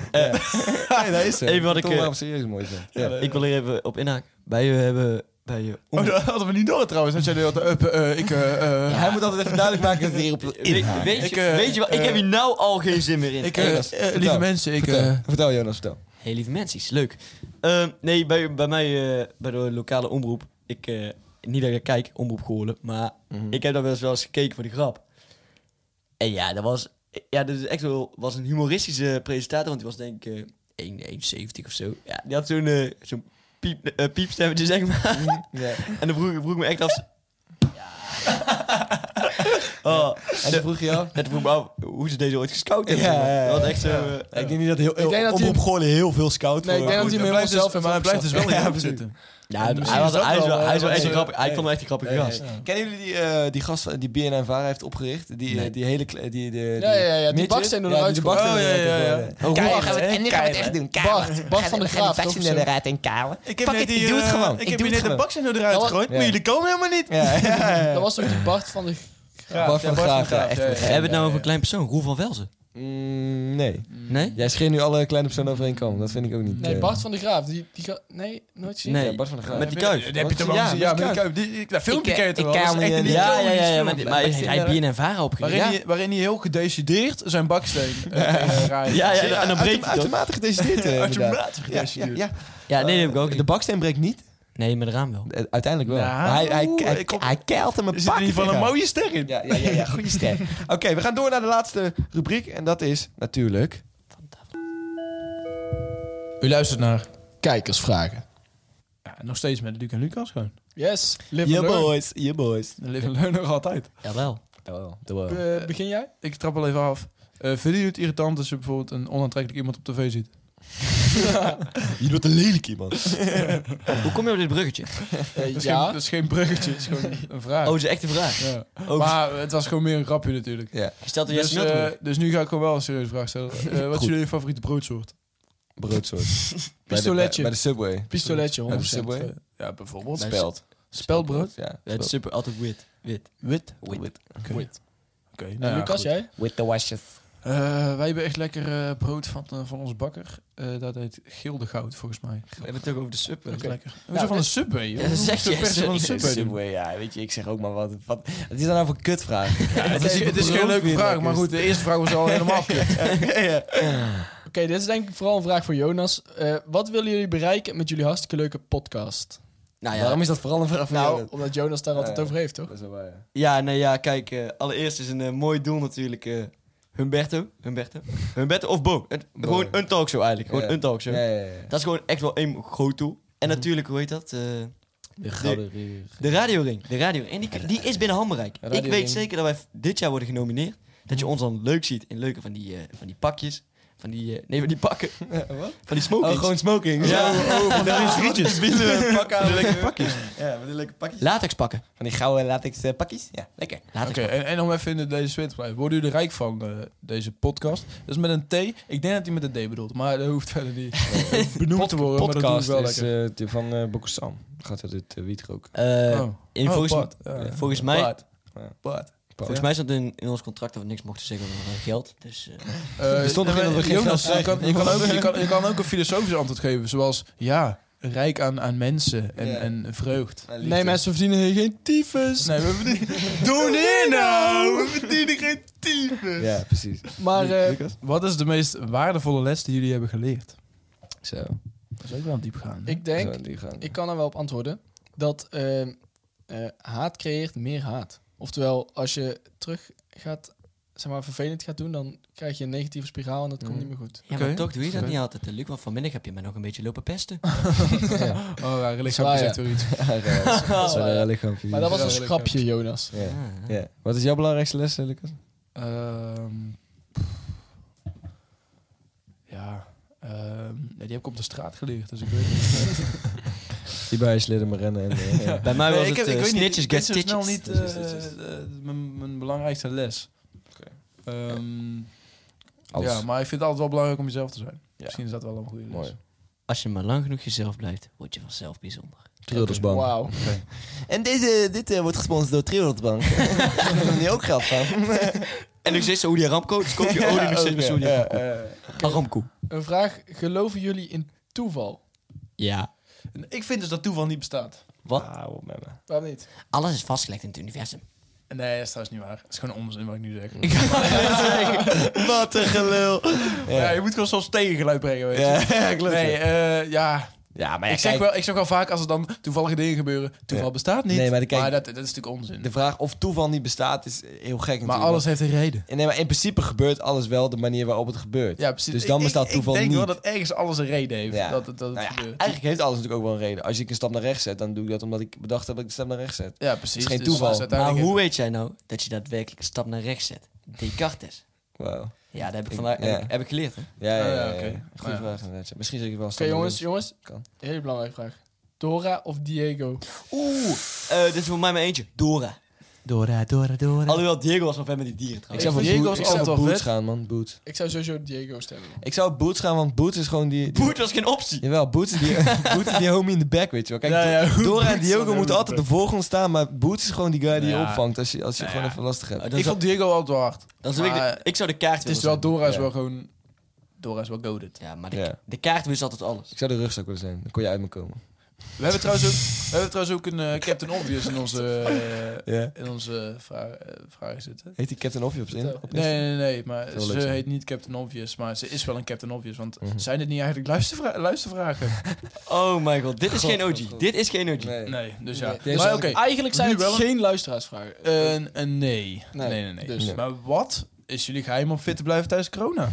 B: Ja. Nee, dat is zo.
C: Even wat ik,
B: Tom
C: eh,
B: Broekbrouwer is serieus mooi zo. Ja.
C: Ik wil hier even op inhaken. Bij je hebben... Bij je...
D: Oh, dat hadden we niet door trouwens. Dat jij de hele tijd, eh, eh, eh, ik... eh, eh,
B: Hij moet altijd even duidelijk maken dat hij hierop
C: We-
B: inhaakt.
C: weet,
D: Ik,
C: je,
D: eh,
C: weet je wat? Ik
D: eh,
C: heb hier nou al geen zin meer in.
D: Ik,
B: eh,
D: eh,
B: Jonas,
D: eh,
B: vertel.
D: lieve mensen, ik...
B: Vertel.
D: eh,
B: vertel Jonas, vertel.
C: Hey, lieve mensen, is leuk. Ehm, nee, bij, bij mij, eh, bij de lokale omroep. Ik, eh, niet dat ik daar kijk, omroep geholen. Maar
B: Mhm.
C: ik heb daar wel eens, wel eens gekeken voor de grap. En ja, dat was, ja, dat is echt wel, was een humoristische presentator. Want die was denk ik eh, 1,70 of zo. Ja, die had zo'n eh, zo'n piep, eh, piepstemmetje, zeg maar.
B: Mhm,
C: En dan vroeg, vroeg ik me echt af... Ja. Oh,
B: En dan vroeg je jou?
C: net vroeg ik me af hoe ze deze ooit gescout hebben.
B: Ja,
C: zeg maar.
B: ja, ja.
C: Dat was echt zo... eh,
B: Ik denk niet dat heel, heel,
E: Ik denk dat hij-
B: omroep Goorlen heel veel scout
E: Nee, ik denk
D: Goed,
E: dat hij hem
D: maar
E: helemaal zelf
D: dus-
E: heeft
D: maar hij blijft dus wel in je hoofd zitten.
C: Ja, hij,
D: misschien
C: was,
D: is dat
C: hij, is
D: wel,
C: wel,
D: eh,
C: hij is wel
D: wat
C: echt een
D: ze-
C: grappig. ik vond hem echt een grappige gast.
B: Kennen jullie die, eh, die gast van- die BNN Vara heeft opgericht? Die, eh,
C: Nee.
B: die hele... kle- Die, die, die,
E: ja, ja, ja, die
B: midget?
E: baksteen door de
B: Ja, die
E: uitgang.
B: baksteen
D: Oh,
B: door de
D: ja, ja, ja.
B: uitgang, ja.
G: Keilen,
B: Hoe wacht,
G: gaan we het-
B: hè?
G: en nu gaan we het echt doen. Keilen.
E: Bart-
G: We
E: Bart
G: gaan-
E: van der
G: we gaan die
E: Graaf,
G: vaccin
E: toch of zo?
G: eruit en kalen.
D: Ik heb
G: Fuck
D: net
G: it,
D: die,
G: ik doe het
D: eh,
G: gewoon.
D: Ik
G: Ik
D: heb
G: doe
D: hier
G: het
D: net de
G: gewoon.
D: baksen eruit gegooid, maar jullie komen helemaal niet.
B: Ja, ja, ja.
E: Dat was toch die Bart van de...
B: Bart van Graaf, ja, echt.
C: Hebben we het nou over een klein persoon? Roel van Velzen?
B: Mm, nee.
C: Nee?
B: Jij scheert nu alle kleine personen over één kam. Dat vind ik ook niet...
E: Nee,
B: eh,
E: Bart van de Graaf. Die, die ga- nee, nooit zien.
C: Nee.
B: Ja, Bart van der Graaf.
C: Met die kuif.
D: Heb je
B: Ja,
D: toch wel gezien? Ja,
B: met
D: met
B: die
D: die kuif. Die- die- Dat filmpje
G: Ik,
D: ken je
G: eh,
D: toch
G: ik
D: wel? Dat
G: kaal
D: is echt
G: niet,
D: een
G: eh,
D: niet
C: Ja, ja,
D: komisch
C: ja. ja,
D: filmpje.
C: maar maar hij heeft BNNVARA
D: Waarin,
C: opgericht. Ja.
D: hij, waarin hij heel gedecideerd zijn baksteen eh, raait.
C: Ja, ja, ja, en dan breekt hij toch?
B: Uitermate gedecideerd, eh, inderdaad.
D: Uitermate gedecideerd.
B: Ja, ja,
C: Ja, nee, dat heb ik ook
B: ja. De
C: niet.
B: baksteen breekt niet.
C: Nee, met de raam wel.
B: Eh, Uiteindelijk wel.
D: Nou,
B: Maar hij, hij, hij,
D: ik kom-
B: hij keilt hem een
D: Er zit in
B: pakje
D: ieder geval een
B: tegenaan.
D: mooie ster in.
B: Ja, ja, ja, ja goede stem. Oké, we gaan door naar de laatste rubriek. En dat is natuurlijk...
D: U luistert naar...
E: Kijkersvragen.
D: Ja, nog steeds met Luc en Lucas gewoon.
E: Yes. Live
B: Je
E: and learn.
B: boys, je boys.
D: Dan leven we nog altijd.
C: Jawel.
B: Jawel,
E: Eh, begin jij?
D: Ik trap al even af. Eh vinden jullie het irritant als je bijvoorbeeld een onaantrekkelijk iemand op tv ziet?
B: Je bent een lelijk iemand.
C: Hoe kom je op dit bruggetje?
E: Eh,
D: Dat is, geen,
E: ja.
D: dat is geen bruggetje, het is gewoon een vraag.
C: Oh, dat is echt een vraag.
D: Ja.
C: Oh,
D: Maar het was gewoon meer een grapje natuurlijk.
B: Ja,
C: gesteld door
D: Dus,
C: Jesse
D: eh,
C: Miltenburg.
D: dus nu ga ik gewoon wel een serieuze vraag stellen. Eh, wat is jullie favoriete broodsoort?
B: broodsoort. Bij de-
E: Pistoletje.
B: Bij de Subway.
E: Pistoletje,
B: Bij de
E: 100%.
B: Subway.
D: Ja, bijvoorbeeld.
C: Bij
B: Speld.
D: Speldbrood.
B: Ja.
C: Ja, Het is super, altijd wit. Wit.
D: Wit.
C: Wit.
D: Oké.
E: Wit.
D: Oké,
E: En
D: nou ja,
E: Lucas,
D: goed.
E: jij?
G: With the washes.
D: Eh, wij hebben echt lekker eh, brood van, eh, van onze bakker. Eh, dat heet Gilde Goud, volgens mij.
C: We hebben het toch over de sub.
D: Dat is lekker. Hoezo
E: Nou,
D: van een
E: dat-
D: Subway? joh?
C: dus- Ja, dat zeg
D: Hoezo
C: je.
D: per se van een Subway doen?
B: Subway, ja, weet je, ik zeg ook maar wat. wat wat is dat nou voor kutvraag?
D: Ja, het, is, het is geen
B: brood
D: leuke
B: weer
D: vraag,
B: lekker
D: maar
B: is.
D: goed, de eerste vraag was al helemaal kut.
E: Oké, dit is denk ik vooral een vraag voor Jonas. Eh, wat willen jullie bereiken met jullie hartstikke leuke podcast?
C: Nou ja,
B: Waarom is dat vooral een vraag van jou?
E: Nou, omdat Jonas daar altijd
B: Ja.
E: over heeft, toch?
B: Dat is wel waar, ja.
C: Ja, nee, ja, kijk, eh, allereerst is een eh, mooi doel natuurlijk eh, Humberto. Humberto? Humberto of Bo. Het-
B: Bo.
C: Gewoon een talkshow eigenlijk. Gewoon
B: Ja.
C: een talkshow.
B: Ja, Mhm. ja, ja.
C: Dat is gewoon echt wel een groot doel. En natuurlijk, hoe heet dat? Eh,
B: De
C: gouden de radioring. De radioring. En die, die is binnen handbereik. Ik
B: Radioring. Mhm.
C: weet zeker dat wij f- dit jaar worden genomineerd. Dat je ons dan leuk ziet in leuke van die, eh, van die pakjes. Van die, eh, nee, van die pakken.
B: wat?
C: Van die smokies.
B: Oh, gewoon smoking.
C: Ja.
B: van de frietjes.
C: pakken.
B: leuke pakjes. Ja, van die leuke pakjes.
C: Latex pakken.
B: Van die gouden latex eh, pakjes. Ja, lekker.
C: Latex
D: Oké, en, en om even in de- deze sfeer te blijven. Worden jullie rijk van eh, deze podcast? Dat is met een T. Ik denk dat hij met een D bedoelt, maar dat hoeft verder niet benoemd te worden. maar dat doe ik
B: podcast
D: wel
B: is
D: lekker.
B: eh, die van eh Bokusam. Gaat dat het wiet roken?
C: Eh,
D: Oh.
C: in
D: Oh,
C: volgens,
D: Bart. Ja.
C: eh, volgens mij...
D: Bart.
B: Ja.
D: Bart.
C: Volgens mij stond in, in ons contract dat we niks mochten zeggen over eh, geld. Dus, eh,
D: Eh,
B: Er stond nog
D: nee,
B: in dat we geen
D: Jonas,
B: geld
D: je kan, je, kan ook, je, kan, je kan ook een filosofisch antwoord geven, zoals ja, rijk aan, aan mensen en,
B: Ja.
D: en vreugd.
B: Mijn liefde.
E: Nee, mensen verdienen hier geen tyfus.
D: Nee, we verdienen... Doneer nou! We verdienen geen tyfus!
B: Ja, precies.
E: Maar eh,
D: Wat is de meest waardevolle les die jullie hebben geleerd?
B: Zo.
D: Dat is ook wel diep gaan.
E: ik denk,
B: zo, die gaan.
E: ik kan er wel op antwoorden, dat eh, eh, haat creëert meer haat. Oftewel, als je terug gaat, zeg maar, vervelend gaat doen, dan krijg je een negatieve spiraal en dat
B: Mm.
E: komt niet meer goed.
C: Ja,
D: Oké.
C: maar toch doe je dat
D: Oké.
C: niet altijd. hè, Luc, want vanmiddag heb je mij nog een beetje lopen pesten. Ah,
D: Oh, rare lichaam
E: Zwaar, ja.
D: gezegd door iets.
B: Dat is wel een lichaampje.
E: Maar dat was
D: Ja,
E: een
D: dat
E: schrapje, Jonas.
B: Ja.
C: Ah.
B: Ja. Wat is jouw belangrijkste les, eh, Lucas?
D: Ehm, pff. ja, ehm, ja, die heb ik op de straat geleerd, dus ik weet niet.
B: Die bij slidden maar rennen. En, eh, ja.
C: Bij mij
D: Nee,
C: was
D: ik
C: het
D: heb- ik
C: eh,
D: weet niet,
C: snitches
D: ik weet
C: get
D: zo
C: stitches.
D: snel niet eh,
B: Stitches, stitches.
D: eh, mijn, mijn belangrijkste les. Ehm,
B: Alles.
D: ja, maar ik vind het altijd wel belangrijk om jezelf te zijn.
B: Ja.
D: Misschien is dat wel een goede les.
B: Mooi.
C: Als je maar lang genoeg jezelf blijft, word je vanzelf bijzonder.
B: Trildersbank.
E: Wauw.
B: En deze, dit eh, wordt gesponsord door Trildersbank. Daar hebben we ook eh, geld van.
C: En nog steeds Saudi Aramco, dus koop je olie nog steeds met Saudi Aramco. Aramco.
E: Een vraag, geloven jullie in toeval?
C: Ja.
D: En Ik vind dus dat toeval niet bestaat.
B: Ah, op met me.
E: Waarom niet?
C: Alles is vastgelegd in het universum.
D: Nee, dat is trouwens niet waar. Het is gewoon onzin wat ik nu zeg.
B: Mm. Wat een gelul.
D: Ja. je moet gewoon soms tegengeluid brengen, weet je.
B: Ja, klopt.
D: nee, eh, ja.
B: Ja, maar ja,
D: ik, zeg
B: kijk,
D: wel, ik zeg wel vaak als er dan toevallige dingen gebeuren, toeval
B: Ja.
D: bestaat niet.
B: Nee, maar dan kijk-
D: dat, dat is natuurlijk onzin.
B: de vraag of toeval niet bestaat is heel gek natuurlijk.
D: maar alles heeft een reden.
B: En Nee, maar in principe gebeurt alles wel de manier waarop het gebeurt.
D: Ja, precies.
B: Dus dan
D: Ik-
B: bestaat
D: ik-
B: toeval
D: Ik denk
B: niet.
D: wel dat ergens alles een reden heeft.
B: Ja.
D: Dat, dat, dat het
B: Nou ja,
D: gebeurt.
B: eigenlijk heeft alles natuurlijk ook wel een reden. Als ik een stap naar rechts zet, dan doe ik dat omdat ik bedacht heb dat ik de stap naar rechts zet.
D: Ja, precies.
B: is geen
D: Dus
B: toeval.
D: dat is
C: Maar
D: uiteindelijk-
C: hoe weet jij nou dat je daadwerkelijk een stap naar rechts zet? Descartes.
B: Wauw.
C: Ja, dat heb ik
B: Ik-
C: vandaag heb
B: ja.
C: ik, heb ik geleerd. Hè?
B: Ja, ja,
D: Oh,
B: ja.
D: ja,
B: ja,
D: oké.
B: ja. Goeie
D: Ja.
B: vraag inderdaad. ja. Misschien zeg ik wel een
E: Oké,
B: stap naar
E: jongens,
B: links.
E: jongens.
B: Kan.
E: Hele belangrijke vraag. Dora of Diego?
C: Oeh, eh, dit is voor mij maar eentje. Dora.
B: Dora, Dora, Dora.
C: Alhoewel Diego was wel fan met die dieren
B: Ik
C: trouwens.
B: zou voor
D: Diego
B: Boot-
D: is
B: ik zou
D: altijd
B: voor
D: wel
B: Boots
D: vet.
B: gaan, man. Boot.
E: Ik zou sowieso Diego stemmen. man.
B: Ik zou op Boots gaan, want Boots is gewoon die... die
C: Boet was geen optie.
B: Jawel, Boots is die, Boots is die homie in de back, weet je wel. Kijk,
D: Ja, ja,
B: Dora en
D: Boots
B: Diogo
D: dan
B: moeten
D: ook.
B: altijd op de voorgrond staan, maar Boots is gewoon die guy die je
D: Ja.
B: opvangt als je, als je gewoon even lastig hebt.
C: Eh,
D: Ik vond Diego altijd wel hard.
C: Dan zou ik, de-
D: Maar
C: ik zou de kaart
D: Het is
C: willen
D: wel, Dora is
B: Ja.
D: wel gewoon... Dora is wel goaded.
C: zijn. Ja, maar de,
B: Ja.
C: de kaart wist altijd alles.
B: Ik zou de rugzak willen zijn, dan kon je uit me komen.
D: We hebben trouwens ook, we hebben trouwens ook een eh, Captain Obvious in onze, eh,
B: Ja.
D: in onze vraag, eh, vragen zitten.
B: Heet die Captain Obvious in?
E: Vertel.
B: op Insta?
D: Nee, nee, nee, maar
B: Zou wel
D: ze
B: leuk zijn.
D: heet niet Captain Obvious, maar ze is wel een Captain Obvious. Want
B: Mhm.
D: zijn dit niet eigenlijk luistervra- luistervragen?
C: Oh my god, dit is
B: God,
C: geen OG.
B: God, God.
C: Dit is geen OG.
B: Nee.
D: Nee, dus ja.
B: Deze
D: Maar
B: had
D: oké,
B: ik-
E: Eigenlijk zijn
D: nu
E: het
D: wel een-
E: geen luisteraarsvragen. Eh,
D: een, een nee. Nee,
E: Nee,
D: nee, nee.
E: dus.
B: Nee.
D: Maar wat is jullie geheim om fit te blijven tijdens corona?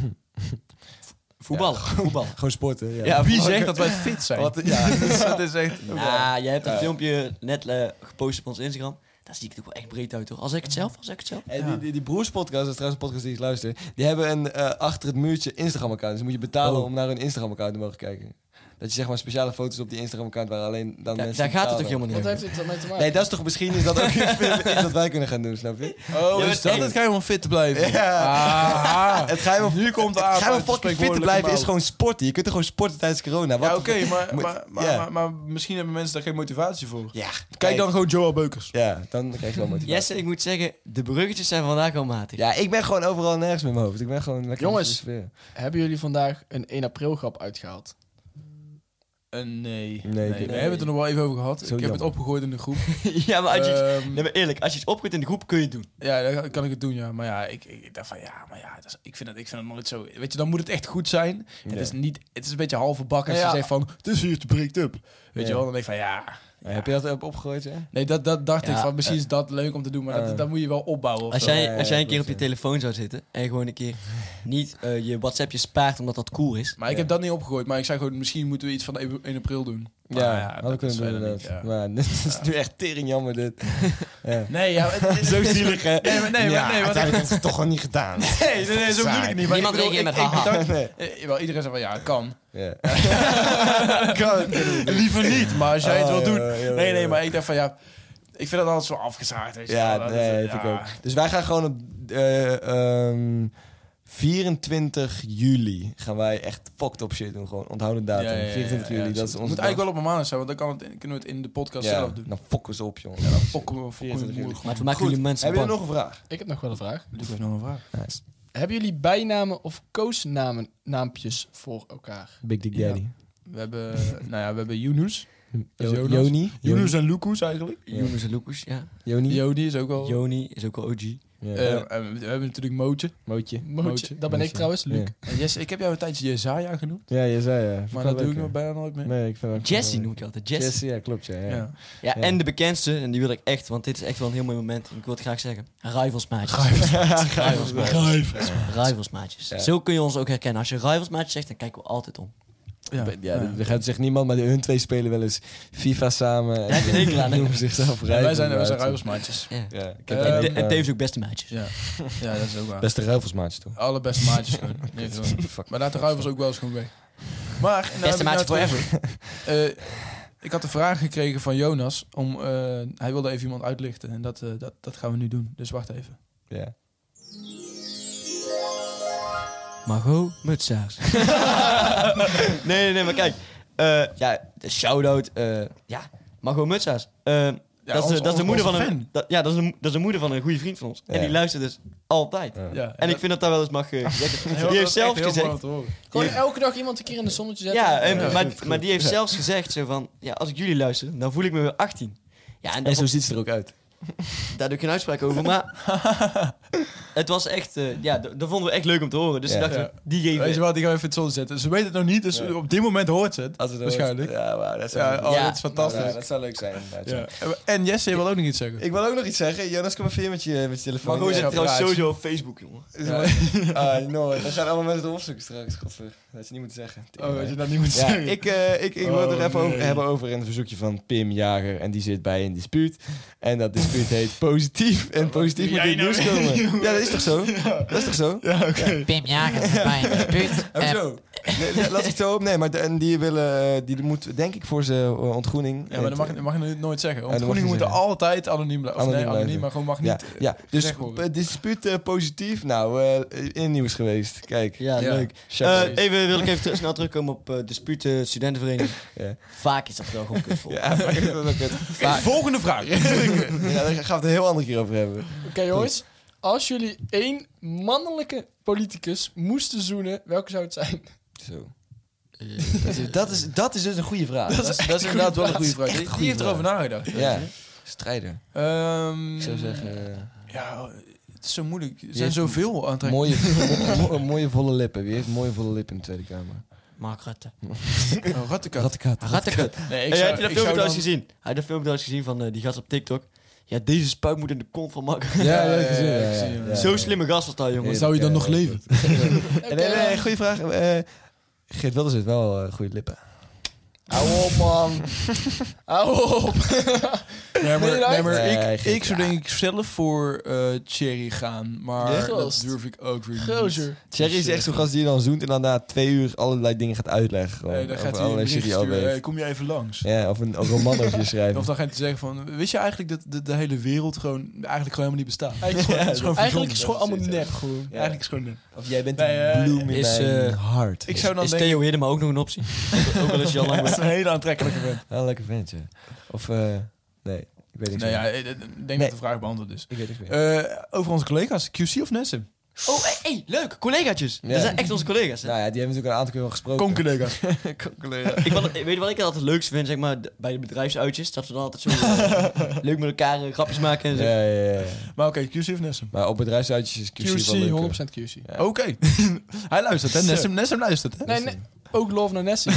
C: Voetbal. Voetbal.
B: Gewoon sporten, ja.
C: Ja,
D: Wie zegt dat wij fit zijn?
B: Wat-
D: ja, dus dat is echt...
C: Ja, Nou, jij hebt een
B: Ja.
C: filmpje net eh, gepost op ons Instagram. Daar zie ik het ook wel echt breed uit, toch? Als ik het zelf, als ik het zelf.
B: En die, die, die broerspodcast, dat is trouwens een podcast die ik luister, die hebben een eh, achter het muurtje Instagram-account. Dus dan moet je betalen
C: Oh.
B: om naar hun Instagram-account te mogen kijken. Dat je zeg maar speciale foto's op die Instagram-account waar alleen dan
C: Da-
B: mensen...
C: daar
B: die
C: gaat het toch
B: betalen.
C: helemaal
E: Wat
C: niet
E: heeft
C: over?
E: dit ermee te maken?
B: Nee, dat is toch misschien is dat ook iets wat wij kunnen gaan doen, snap je?
D: Oh,
C: Ja,
D: is
C: maar-
D: dat het geheim om fit te blijven? Ah,
B: Het geheim om,
D: nu komt de
B: het geheim om
D: avond.
B: fucking fit te blijven is gewoon sporten. Je kunt er gewoon sporten tijdens corona. Wat
D: Ja,
B: de
D: oké,
B: fuck?
D: maar,
B: Moet-
D: maar, maar,
B: ja.
D: maar, maar misschien hebben mensen daar geen motivatie voor.
B: Ja,
D: Kijk dan gewoon Joel Beukers.
B: Ja, dan krijg je wel motivatie.
C: Jesse, ik moet zeggen, de bruggetjes zijn vandaag al matig.
B: Ja, ik ben gewoon overal nergens met mijn hoofd. Ik ben gewoon lekker
E: Jongens.
B: aan het filosoferen.
E: Hebben jullie vandaag een 1 april grap uitgehaald?
D: Eh, nee.
B: Nee, ik-
D: We hebben het er nog wel even over gehad. ik heb
B: jammer. Ah,
D: het opgegooid in de groep.
C: ja maar, als je,
B: Eh.
C: iets-
D: Ehm,
C: nee, maar eerlijk, als je iets opgoedt in de groep, kun je het doen.
D: Ja, dan kan ik het doen, ja. Maar ja, ik, ik ik dacht van, ja, maar ja, dat is- ik, vind het, ik vind het nooit zo... Weet je, dan moet het echt goed zijn.
B: Ja.
D: Het, is niet, het is een beetje halve bak als
E: Ja.
D: je zegt van, het is hier te breekt up. Weet
B: Ja.
D: je wel, dan denk ik van, ja...
B: Ja, Heb je dat op opgegooid, hè?
D: Nee, dat, dat dacht
C: Ja,
D: ik van, misschien is dat leuk om te doen, maar dat,
B: eh.
D: dat moet je wel opbouwen. Of
C: Als
D: zo.
B: ja,
C: jij, als jij
B: klopt,
C: een keer op je
B: ja.
C: telefoon zou zitten en gewoon een keer niet eh, je WhatsAppje spaart omdat dat cool is.
D: Maar ik heb dat niet opgegooid, maar ik zei gewoon, misschien moeten we iets van 1 april doen. Maar
B: Ja, hadden we
D: dat
B: kunnen
D: is
B: doen
D: verder
B: inderdaad.
D: niet, ja.
B: Maar dit is nu echt tering jammer dit. Ja.
D: Nee, ja, het-
B: Zo zielig, hè?
D: Nee, maar, nee, maar, nee, maar,
B: uiteindelijk hebben ze het toch gewoon niet gedaan. Ah,
D: nee, nee, nee, zo bedoel ik het niet. Maar
C: Niemand
D: ik bedoel,
C: reageert
D: ik-
C: met
D: ik
C: haha.
D: bedank-
B: Nee.
D: eh, jawel, iedereen zei van, ja, kan.
B: Ja.
D: kan. Liever niet, maar als jij het wil
B: Oh,
D: doen.
B: ja, ja, ja,
D: Nee, nee,
B: ja.
D: maar ik dacht van ja. Ik vind dat altijd zo afgezaagd. Weet je wel.
B: Ja,
D: Dat
B: nee,
D: is,
B: vind ik
D: ja.
B: ook. Dus wij gaan gewoon op eh, ehm, 24 juli gaan wij echt fucked up shit doen. Gewoon onthoud de datum.
D: Ja, ja, ja, ja,
B: 24
D: ja,
B: juli,
D: ja.
B: dat is
D: Het
B: onze
D: moet
B: dag.
D: eigenlijk wel op een maandag zijn, want dan kan het, in- kunnen we het in de podcast
B: ja, Nou,
D: zelf doen.
B: Dan fokken ze op, jongen.
D: Fokken we fokken we
B: 24
D: moeilijk.
C: Maar we maken jullie mensen
B: Heb je
C: bang.
B: nog een vraag?
E: Ik heb nog wel een vraag.
D: Luc heeft nog een vraag.
B: Nice.
E: Hebben jullie bijnamen of koosnamen naampjes voor elkaar?
B: Big Dick
D: Ja.
B: Daddy. Hm,
D: We hebben, nou ja, we hebben Yunus. Dat is
B: Jo-
D: Jonas.
B: Joni.
D: Yunus en Lucas eigenlijk.
C: Jonas en Lucas, ja.
B: Joni.
D: Jody is ook
B: Oh.
D: al.
C: Joni is ook al OG.
B: Ja.
D: Eh, en we hebben natuurlijk Mootje.
B: Mootje.
E: Mootje.
D: Mootje.
E: Dat ben ik
B: Mootje.
E: trouwens, Luc.
B: Ja.
D: En Jesse, ik heb jou een tijdje Jezaja genoemd.
B: Ja, je zei ja. Vind
D: Maar
B: wel
D: dat doe ik
B: leuk,
D: nog
B: ja.
D: bijna nooit meer.
B: Nee, ik vind dat
C: Jesse noem ik altijd. Jesse.
B: Oh. Jesse, ja, klopt. Ja, ja.
D: Ja.
C: Ja, en de bekendste, en die wil ik echt, want dit is echt wel een heel mooi moment. En ik wil het graag zeggen. Rivalsmaatjes. Rivalsmaatjes. Rivalsmaatjes. Rivalsmaatjes.
B: Ja.
C: Zo kun je ons ook herkennen. Als je rivalsmaatjes zegt, dan kijken we altijd om.
D: Ja.
B: Ja, dat gaat zegt niemand, maar die- hun twee spelen wel eens FIFA samen. en
C: heb je een hekel aan, hè?
B: noemen zichzelf
D: Ja, wij
B: rivals,
D: zijn, wij zijn
B: maar het-
D: ruilsmaatjes.
C: Ja.
B: Ja, ik
D: En
B: heb
C: en
B: daar
D: de-
B: ook,
C: en
B: eh,
C: tevens ook beste maatjes.
D: Ja. ja, dat is ook waar.
B: Beste ruivelsmaatjes toch?
D: Allerbeste maatjes gewoon. Nee, gewoon.
B: Fuck.
D: maar laat de ruivels ook wel eens gewoon weg. Maar, nou heb
C: Beste
D: ik
C: maatje
D: nou
C: forever.
D: terug- eh, ik had de vraag gekregen van Jonas. Om, eh, hij wilde even iemand uitlichten. En dat, eh, dat, dat gaan we nu doen. Dus wacht even.
B: Ja.
C: Margot Mutsaars. nee, nee, nee, maar kijk. eh, ja, de shout-out. eh, ja, Margot Mutsaars. Eh, dat, is de-
D: ons-
C: dat is de
D: ons-
C: moeder
D: onze
C: van een,
D: fan.
C: dat, ja, dat is, de, dat is de moeder van een goede vriend van ons.
B: Ja.
C: En die luistert dus altijd.
B: Ja.
D: Ja,
C: En ik vind dat daar wel eens mag eh, gezegd worden. Die heeft zelf gezegd.
E: Gewoon
C: Ja.
E: elke dag iemand een keer in de zonnetje zetten.
B: eh,
C: Ja, en,
D: Ja,
C: maar, maar die heeft zelfs gezegd zo van... Ja, als ik jullie luister, dan voel ik me weer 18. Ja, en
B: En
C: daar,
B: zo ziet ze er ook uit.
C: daar doe ik geen uitspraak over, maar... het was echt... eh, ja, d- dat vonden we echt leuk om te horen. Dus
B: Ja.
C: ik dacht,
D: Ja.
C: die geven...
D: Weet je wat, die gaan we even het zon zetten. Ze weten het nog niet, dus
B: Ja.
D: op dit moment hoort ze het.
B: Als het
D: hoort. Waarschijnlijk.
B: Ja, maar dat zou,
D: Ja, oh,
C: Ja.
D: dat is fantastisch.
B: Ja, dat zou leuk zijn inderdaad. ja.
D: Ja. En Jesse wil ook nog iets zeggen.
B: Ik wil ook nog iets zeggen. Jonas, kom even hier met je, met je telefoon.
C: Margot
D: Ja,
C: zit trouwens
D: praatje.
C: sowieso op Facebook, jongen.
B: Ja. Ah, nooit. Dan gaan allemaal mensen het opzoeken straks. Godver. Dat ze niet moeten zeggen.
D: Oh, dat je dat niet moet
B: Ja,
D: zeggen.
B: ik, eh, ik, ik wil het
D: Oh,
B: er even over
D: nee.
B: hebben over een verzoekje van Pim Jager. En die zit bij een dispuut. En dat dispuut heet positief. En positief moet in het
D: nou
B: nieuws komen. Ja, dat is toch zo? Dat is toch zo?
G: Pim Jagers is bij een dispuut.
B: Oh,
G: Eh,
B: zo. Nee, nee, laat ik het zo op. Nee, maar de- en die, willen, eh, die moet denk ik voor zijn eh, ontgroening. eh,
D: Ja, maar dat mag, dat mag je nooit zeggen.
B: dat mag
D: Ontgroeningen
B: je
D: moeten
B: zeggen.
D: altijd anoniem blijven. Of
B: Anoniem
D: nee, anoniem,
B: blijven.
D: maar gewoon mag niet. eh,
B: ja, ja, dus
D: gezegd worden.
B: het dispuut eh, positief. Nou, eh, in het nieuws geweest. Kijk.
C: Ja,
D: Ja.
C: leuk.
B: Chapeau.
C: Eh, even wil ik even ter- snel terugkomen op eh disputen, studentenvereniging.
B: Ja.
C: Vaak is dat wel gewoon kutvol.
B: Ja, maar ik vind het ook het.
D: Oké, Volgende vraag.
B: Ja, daar gaan we het een heel andere keer over hebben.
E: Oké jongens, als jullie één mannelijke politicus moesten zoenen, welke zou het zijn?
B: Zo.
C: Eh,
B: Dat is, dat is dus een goede vraag.
D: dat, is, dat is inderdaad wel een goede vraag. Die,
B: goede
D: die heeft
B: vraag.
D: erover nagedacht.
B: Ja. Strijder.
D: Ehm,
B: Ik zou zeggen... eh,
D: Ja, het is zo moeilijk. Er zijn
B: heeft-
D: zoveel aantrekkingen.
B: mooie, mo- mooie volle lippen. Wie heeft mooie volle lippen in de Tweede Kamer?
C: Mark Rutte.
D: Oh, rattenkat.
B: Rattenkat.
C: Rattekut.
D: Nee, ik
C: Hey,
D: zou-
C: had je dat
D: ik
C: filmpje
D: zou
C: trouwens
D: dan-
C: gezien? Hij had dat filmpje trouwens gezien van eh, die gast op TikTok. Ja, deze spuit moet in de kont van Mark.
B: Ja, ja, ja,
D: ja,
B: ja,
D: ik zie
B: ja,
D: hem.
B: ja.
C: Zo slimme gast was dat, jongens.
D: Zou je dan
B: Ja,
D: nog
B: ja,
D: leven?
B: dat-
E: Oké,
B: Nee, nee,
E: eh,
B: goede vraag. Eh Geert Wilders heeft wel eh, goede lippen. Hou op, man.
E: Hou op.
D: Nee, maar,
E: Nee, dat-
D: nee, maar
B: Nee,
D: ik,
B: geen
D: ik zou denk ik zelf voor eh Thierry gaan. Maar
E: Ja,
D: dat
E: gast.
D: durf ik ook weer niet.
E: Gozer.
B: Thierry is echt zo'n gast die je dan zoent en dan na twee uur allerlei dingen gaat uitleggen. Gewoon,
D: Nee, dan
B: over
D: gaat hij een
B: allerlei
D: bericht
B: shit die hij al
D: sturen.
B: weet.
D: Hey, kom je even langs?
B: Ja, of een, een roman over je
D: Of
B: schrijven.
D: dan gaat hij zeggen van... Wist je eigenlijk dat de, de hele wereld gewoon... Eigenlijk gewoon helemaal niet bestaat?
E: Eigenlijk is
D: Het is
E: gewoon-
D: gewoon
E: Eigenlijk is het
D: verzonnen.
E: gewoon allemaal nep gewoon.
B: Ja.
D: Eigenlijk is het gewoon nep.
B: Of jij bent
D: Nee, eh,
C: is, eh,
B: hart.
D: Ik zou dan
C: is
D: denken...
C: Theo Hiddema ook nog een optie? ook al is je al lang
D: Dat is een hele aantrekkelijke vent.
B: Wel een lekker ventje. Of, eh, nee, ik weet niet.
D: Nou ja, ik ik denk dat de vraag beantwoord is.
B: ik weet het niet.
D: Eh, over onze collega's, QC of Nessim?
C: Oh, hey, hey, leuk. Collegaatjes.
B: Ja.
C: Dat zijn echt onze collega's. hè.
B: nou ja, die hebben natuurlijk al een aantal keer wel gesproken.
D: Kom-collega's.
C: Ik vond het- weet je wat ik altijd het leukste vind, zeg maar, d- bij de bedrijfsuitjes? Dat ze dan altijd zo eh, leuk met elkaar eh, grapjes maken en zo.
B: Ja, ja, ja, ja.
D: Maar oké, QC of Nessim?
B: Maar op bedrijfsuitjes is QC, wel
E: QC,
B: leuker.
E: 100% QC.
D: Oké. Hij luistert, hè? Nessim, Nessim luistert, hè?
E: Nee, nee, ook Love naar Nessie.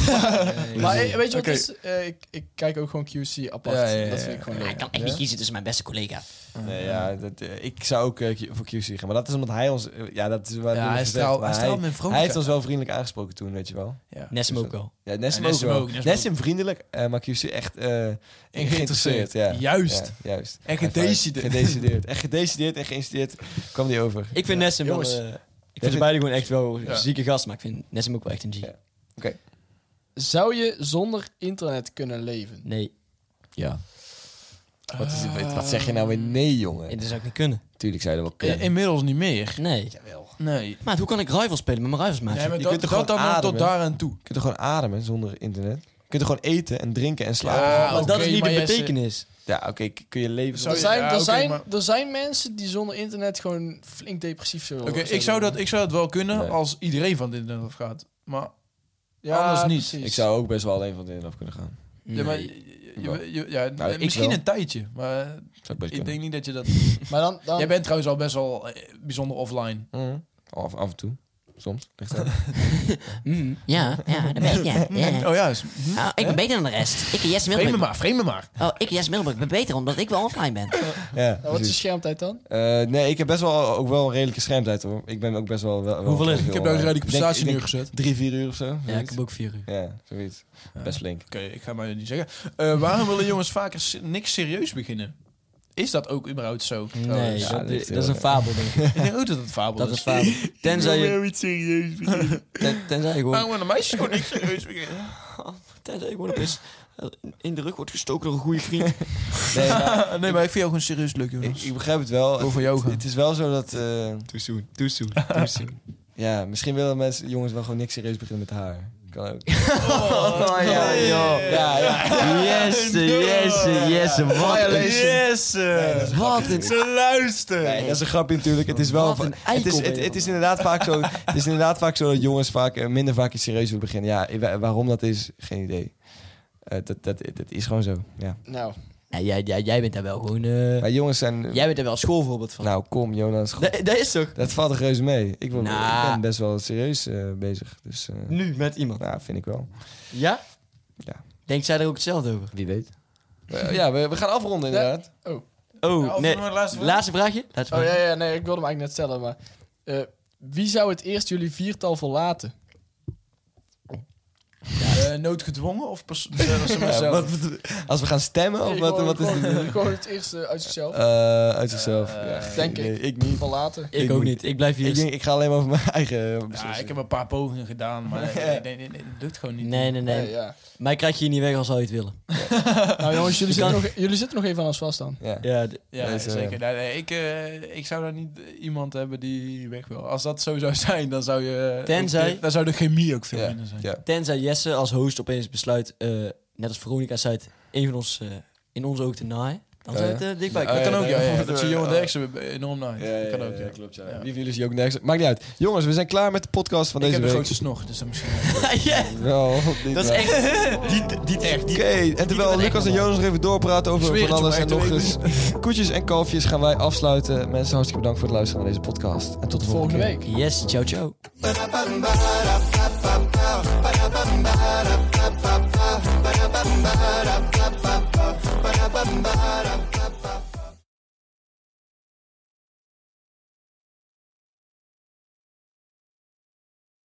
E: Maar eh, weet je wat
D: Oké.
E: het is? Eh, ik, ik kijk ook gewoon QC apart.
D: Ja, ja, ja,
E: Dat
D: ja.
E: vind ik gewoon
G: Hij
E: leuk.
G: kan echt niet kiezen tussen mijn beste collega.
B: Nee, ja, dat, eh, ik zou ook eh, Q- voor QC gaan. Maar dat is omdat hij ons... eh, ja, dat is wat
D: Ja, hij straalt- hij straalt met vrolijkheid.
B: Hij heeft ons wel vriendelijk aangesproken toen, weet je wel.
C: Nessim ook al.
B: Ja, Nessim
D: Ja,
B: ook
D: Nessim
B: wel.
D: ook, Nessim
B: Nessim vriendelijk, eh, maar QC echt eh
D: Geïnteresseerd.
B: geïnteresseerd. Ja.
D: Juist.
B: Ja, juist.
D: En
B: High five.
D: gedecideerd.
B: Gedecideerd. Echt gedecideerd en geïnteresseerd kwam die over.
C: Ik vind Nessim wel...
E: Jongens.
C: eh, ik vind ze beide gewoon echt wel
D: Ja.
C: zieke gasten, maar ik vind Nessim ook wel echt een G.
B: Ja.
E: Zou je zonder internet kunnen leven?
C: Nee,
B: Ja. Wat, is het, wat zeg je nou weer? Nee, jongen.
C: dat zou ik niet kunnen.
B: Tuurlijk zou je dat wel
D: Eh,
B: kunnen.
D: Inmiddels niet meer.
C: Nee.
D: Nee.
C: Maar hoe kan ik rival spelen met mijn rivals maken?
D: Nee, maar
B: Je
D: dat,
B: kunt er
D: dat dan
B: gewoon
D: nog tot
B: ademen.
D: daar aan toe.
B: Je kunt er gewoon ademen zonder internet. Je kunt er gewoon eten en drinken en slapen.
D: Ja,
B: Ja,
C: maar dat
D: oké,
C: is niet
D: maar
C: de
D: Jesse-
C: betekenis.
B: oké, k- kun je leven
D: Zou
E: Er
D: je-
B: zonder...
E: zijn,
D: ja,
E: er,
D: oké,
E: zijn,
D: maar-
E: er zijn mensen die zonder internet gewoon flink depressief zullen
D: Oké,
E: worden.
D: ik, zou dat- ik zou dat wel kunnen
B: Nee.
D: als iedereen van dit internet afgaat. Maar
E: Ja,
D: Anders niet.
E: precies.
B: Ik zou ook best wel alleen van de in af kunnen gaan.
D: Ja, maar,
C: Nee.
D: je- je- je- ja,
B: Nou, ik
D: misschien
B: wel.
D: een tijdje, maar
B: Zou ik best
D: ik
B: kunnen.
D: denk niet dat je dat...
E: Maar dan, dan
D: Jij bent trouwens al best wel eh, bijzonder offline.
B: Mhm. Af, af en toe. Soms. Ligt aan.
G: Mm, ja, ja, dat ben ik, ja. ja.
D: Oh ja, is-
G: Oh, ik ben beter dan de rest. Ik en Jesse
D: frame me
G: Middelburg.
D: maar, frame me maar.
G: Oh, ik en Jesse Middelburg ben beter omdat ik wel offline ben.
B: ja,
E: Nou, wat is de
B: precies.
E: schermtijd dan?
B: Eh, nee, ik heb best wel ook wel een redelijke schermtijd hoor. Ik ben ook best wel. wel wel
C: Hoeveel is het?
B: veel
D: Ik heb daar een
B: online.
D: redelijke
B: Ik denk-
D: prestatie
B: ik denk
D: neergezet.
B: Drie, vier uur of zo.
C: Ja, ik heb ook vier uur.
B: Ja, zoiets. Best flink.
D: Oké, ik ga maar niet zeggen. Eh, waarom willen jongens vaker se- niks serieus beginnen? Is dat ook überhaupt zo?
C: Nee,
B: Ja,
C: dat,
B: dat is
C: dat is een fabel, denk ik.
D: Ik denk ook dat het fabel
C: Dat is
D: is.
C: een fabel. Tenzij je,
D: iets serieus beginnen.
C: ten- tenzij je gewoon,
D: Waarom willen meisjes gewoon niks serieus beginnen?
C: tenzij je gewoon opeens eh, in de rug wordt gestoken door een goede vriend.
B: Nee, maar
D: Eh, nee, maar ik vind jou gewoon serieus
B: ik,
D: leuk, jongens.
B: ik begrijp het wel.
D: Wil voor jou
B: Het,
D: gaan.
B: het is wel zo dat. eh,
C: Too soon, too soon, too soon.
B: ja, misschien willen mensen, jongens wel gewoon niks serieus beginnen met haar. Kan ook.
C: Oh ja, joh.
B: Ja, ja.
C: Yes, yes, yes. Wat een
D: Yes! eh,
C: Wat een...
D: Ze luisteren!
B: Nee, dat is een grapje natuurlijk. Het is wel.
C: Wat een
B: het, is,
C: eikel
B: het,
C: ben je,
B: het is
C: man.
B: inderdaad vaak zo. Het is inderdaad vaak zo dat jongens vaak eh, minder vaak iets serieus willen beginnen. Ja, wa- waarom dat is, geen idee. Eh, dat, dat, dat is gewoon zo. Ja.
E: Nou,
C: Ja, jij, jij, jij bent daar wel gewoon... eh,
B: Maar jongens zijn.
C: jij bent daar wel een schoolvoorbeeld van.
B: Nou, kom, Jonas. Goed.
C: dat, dat is toch?
B: Dat valt er reuze mee. Ik, wil,
C: Nou.
B: ik ben best wel serieus eh, bezig. Dus eh,
C: Nu met iemand.
B: nou, vind ik wel.
C: Ja?
B: Ja.
C: Denkt zij er ook hetzelfde over?
B: Wie weet. Eh, ja, we, we gaan afronden inderdaad.
C: Oh,
D: Nou, of
C: nee.
D: doen we de laatste vraag?
C: Laatste vraagje? Laatste
E: oh
C: vraag.
E: ja, ja, nee, ik wilde hem eigenlijk net stellen, maar... eh, wie zou het eerst jullie viertal verlaten?
D: Eh, noodgedwongen of pers- zelfs ze
B: Ja,
D: mezelf?
B: wat, als we gaan stemmen of
D: Oh,
E: Ik
B: wat,
E: hoor-
B: wat
E: ik
B: is
E: hoor-
B: dit?
E: Ik hoor het eerst eh, uit zichzelf.
D: Uh,
B: Eh, uit zichzelf. ja, geen
E: denk
B: idee.
E: ik.
B: Ik niet.
E: Verlaten.
C: Ik,
B: Ik
C: ook
B: moet-
C: niet. Ik blijf hier...
B: Ik, denk, ik ga alleen maar voor mijn eigen eh,
D: ja,
B: beslissing.
D: ik heb een paar pogingen gedaan, maar nee, nee, nee, nee, dat lukt gewoon niet.
C: Nee, nee, nee.
E: Nee, ja.
C: Mij krijg je hier niet weg als zou je het willen.
E: Nou jongens, jullie,
C: Je kan-
E: zitten nog, jullie zitten nog even aan ons vast dan.
B: Ja.
C: Ja,
D: Ja,
B: Dus, eh,
D: zeker. Nee, nee, ik, eh, ik zou daar niet eh, iemand hebben die weg wil. Als dat zo zou zijn, dan zou je...
C: Tenzij-
D: ook- Dan zou de chemie ook veel
B: Ja,
D: minder zijn.
B: ja.
C: Tenzij Jesse als host opeens besluit, eh, net als Veronica zei, het, een van ons eh, in ons ook te naaien. Dan
B: Ja,
C: zou
B: Oh, ja.
C: het eh, dikbij
B: Ja,
D: Dat
C: komen.
D: kan ook, ja. ja.
B: dat
D: Dat
B: we-
D: zie Johan
B: oh.
D: Derksen eh, enorm naar. Dat kan ook, ja. Ik
B: klopt. Ja.
D: Ja.
B: Wie van jullie is ook nergens. Maakt niet uit. Jongens, we zijn klaar met de podcast van deze
D: heb de
B: week.
D: grootste snor, dus dan misschien...
C: Ja,
B: Wel,
C: dat is echt... Die, die echt.
B: Oké, en terwijl Lucas en Jonas nog even doorpraten over van alles en nog eens koetjes en kalfjes, gaan wij afsluiten. Mensen, hartstikke bedankt voor het luisteren naar deze podcast. En tot de volgende
E: Volgende
B: keer.
E: week.
C: Yes, ciao, ciao.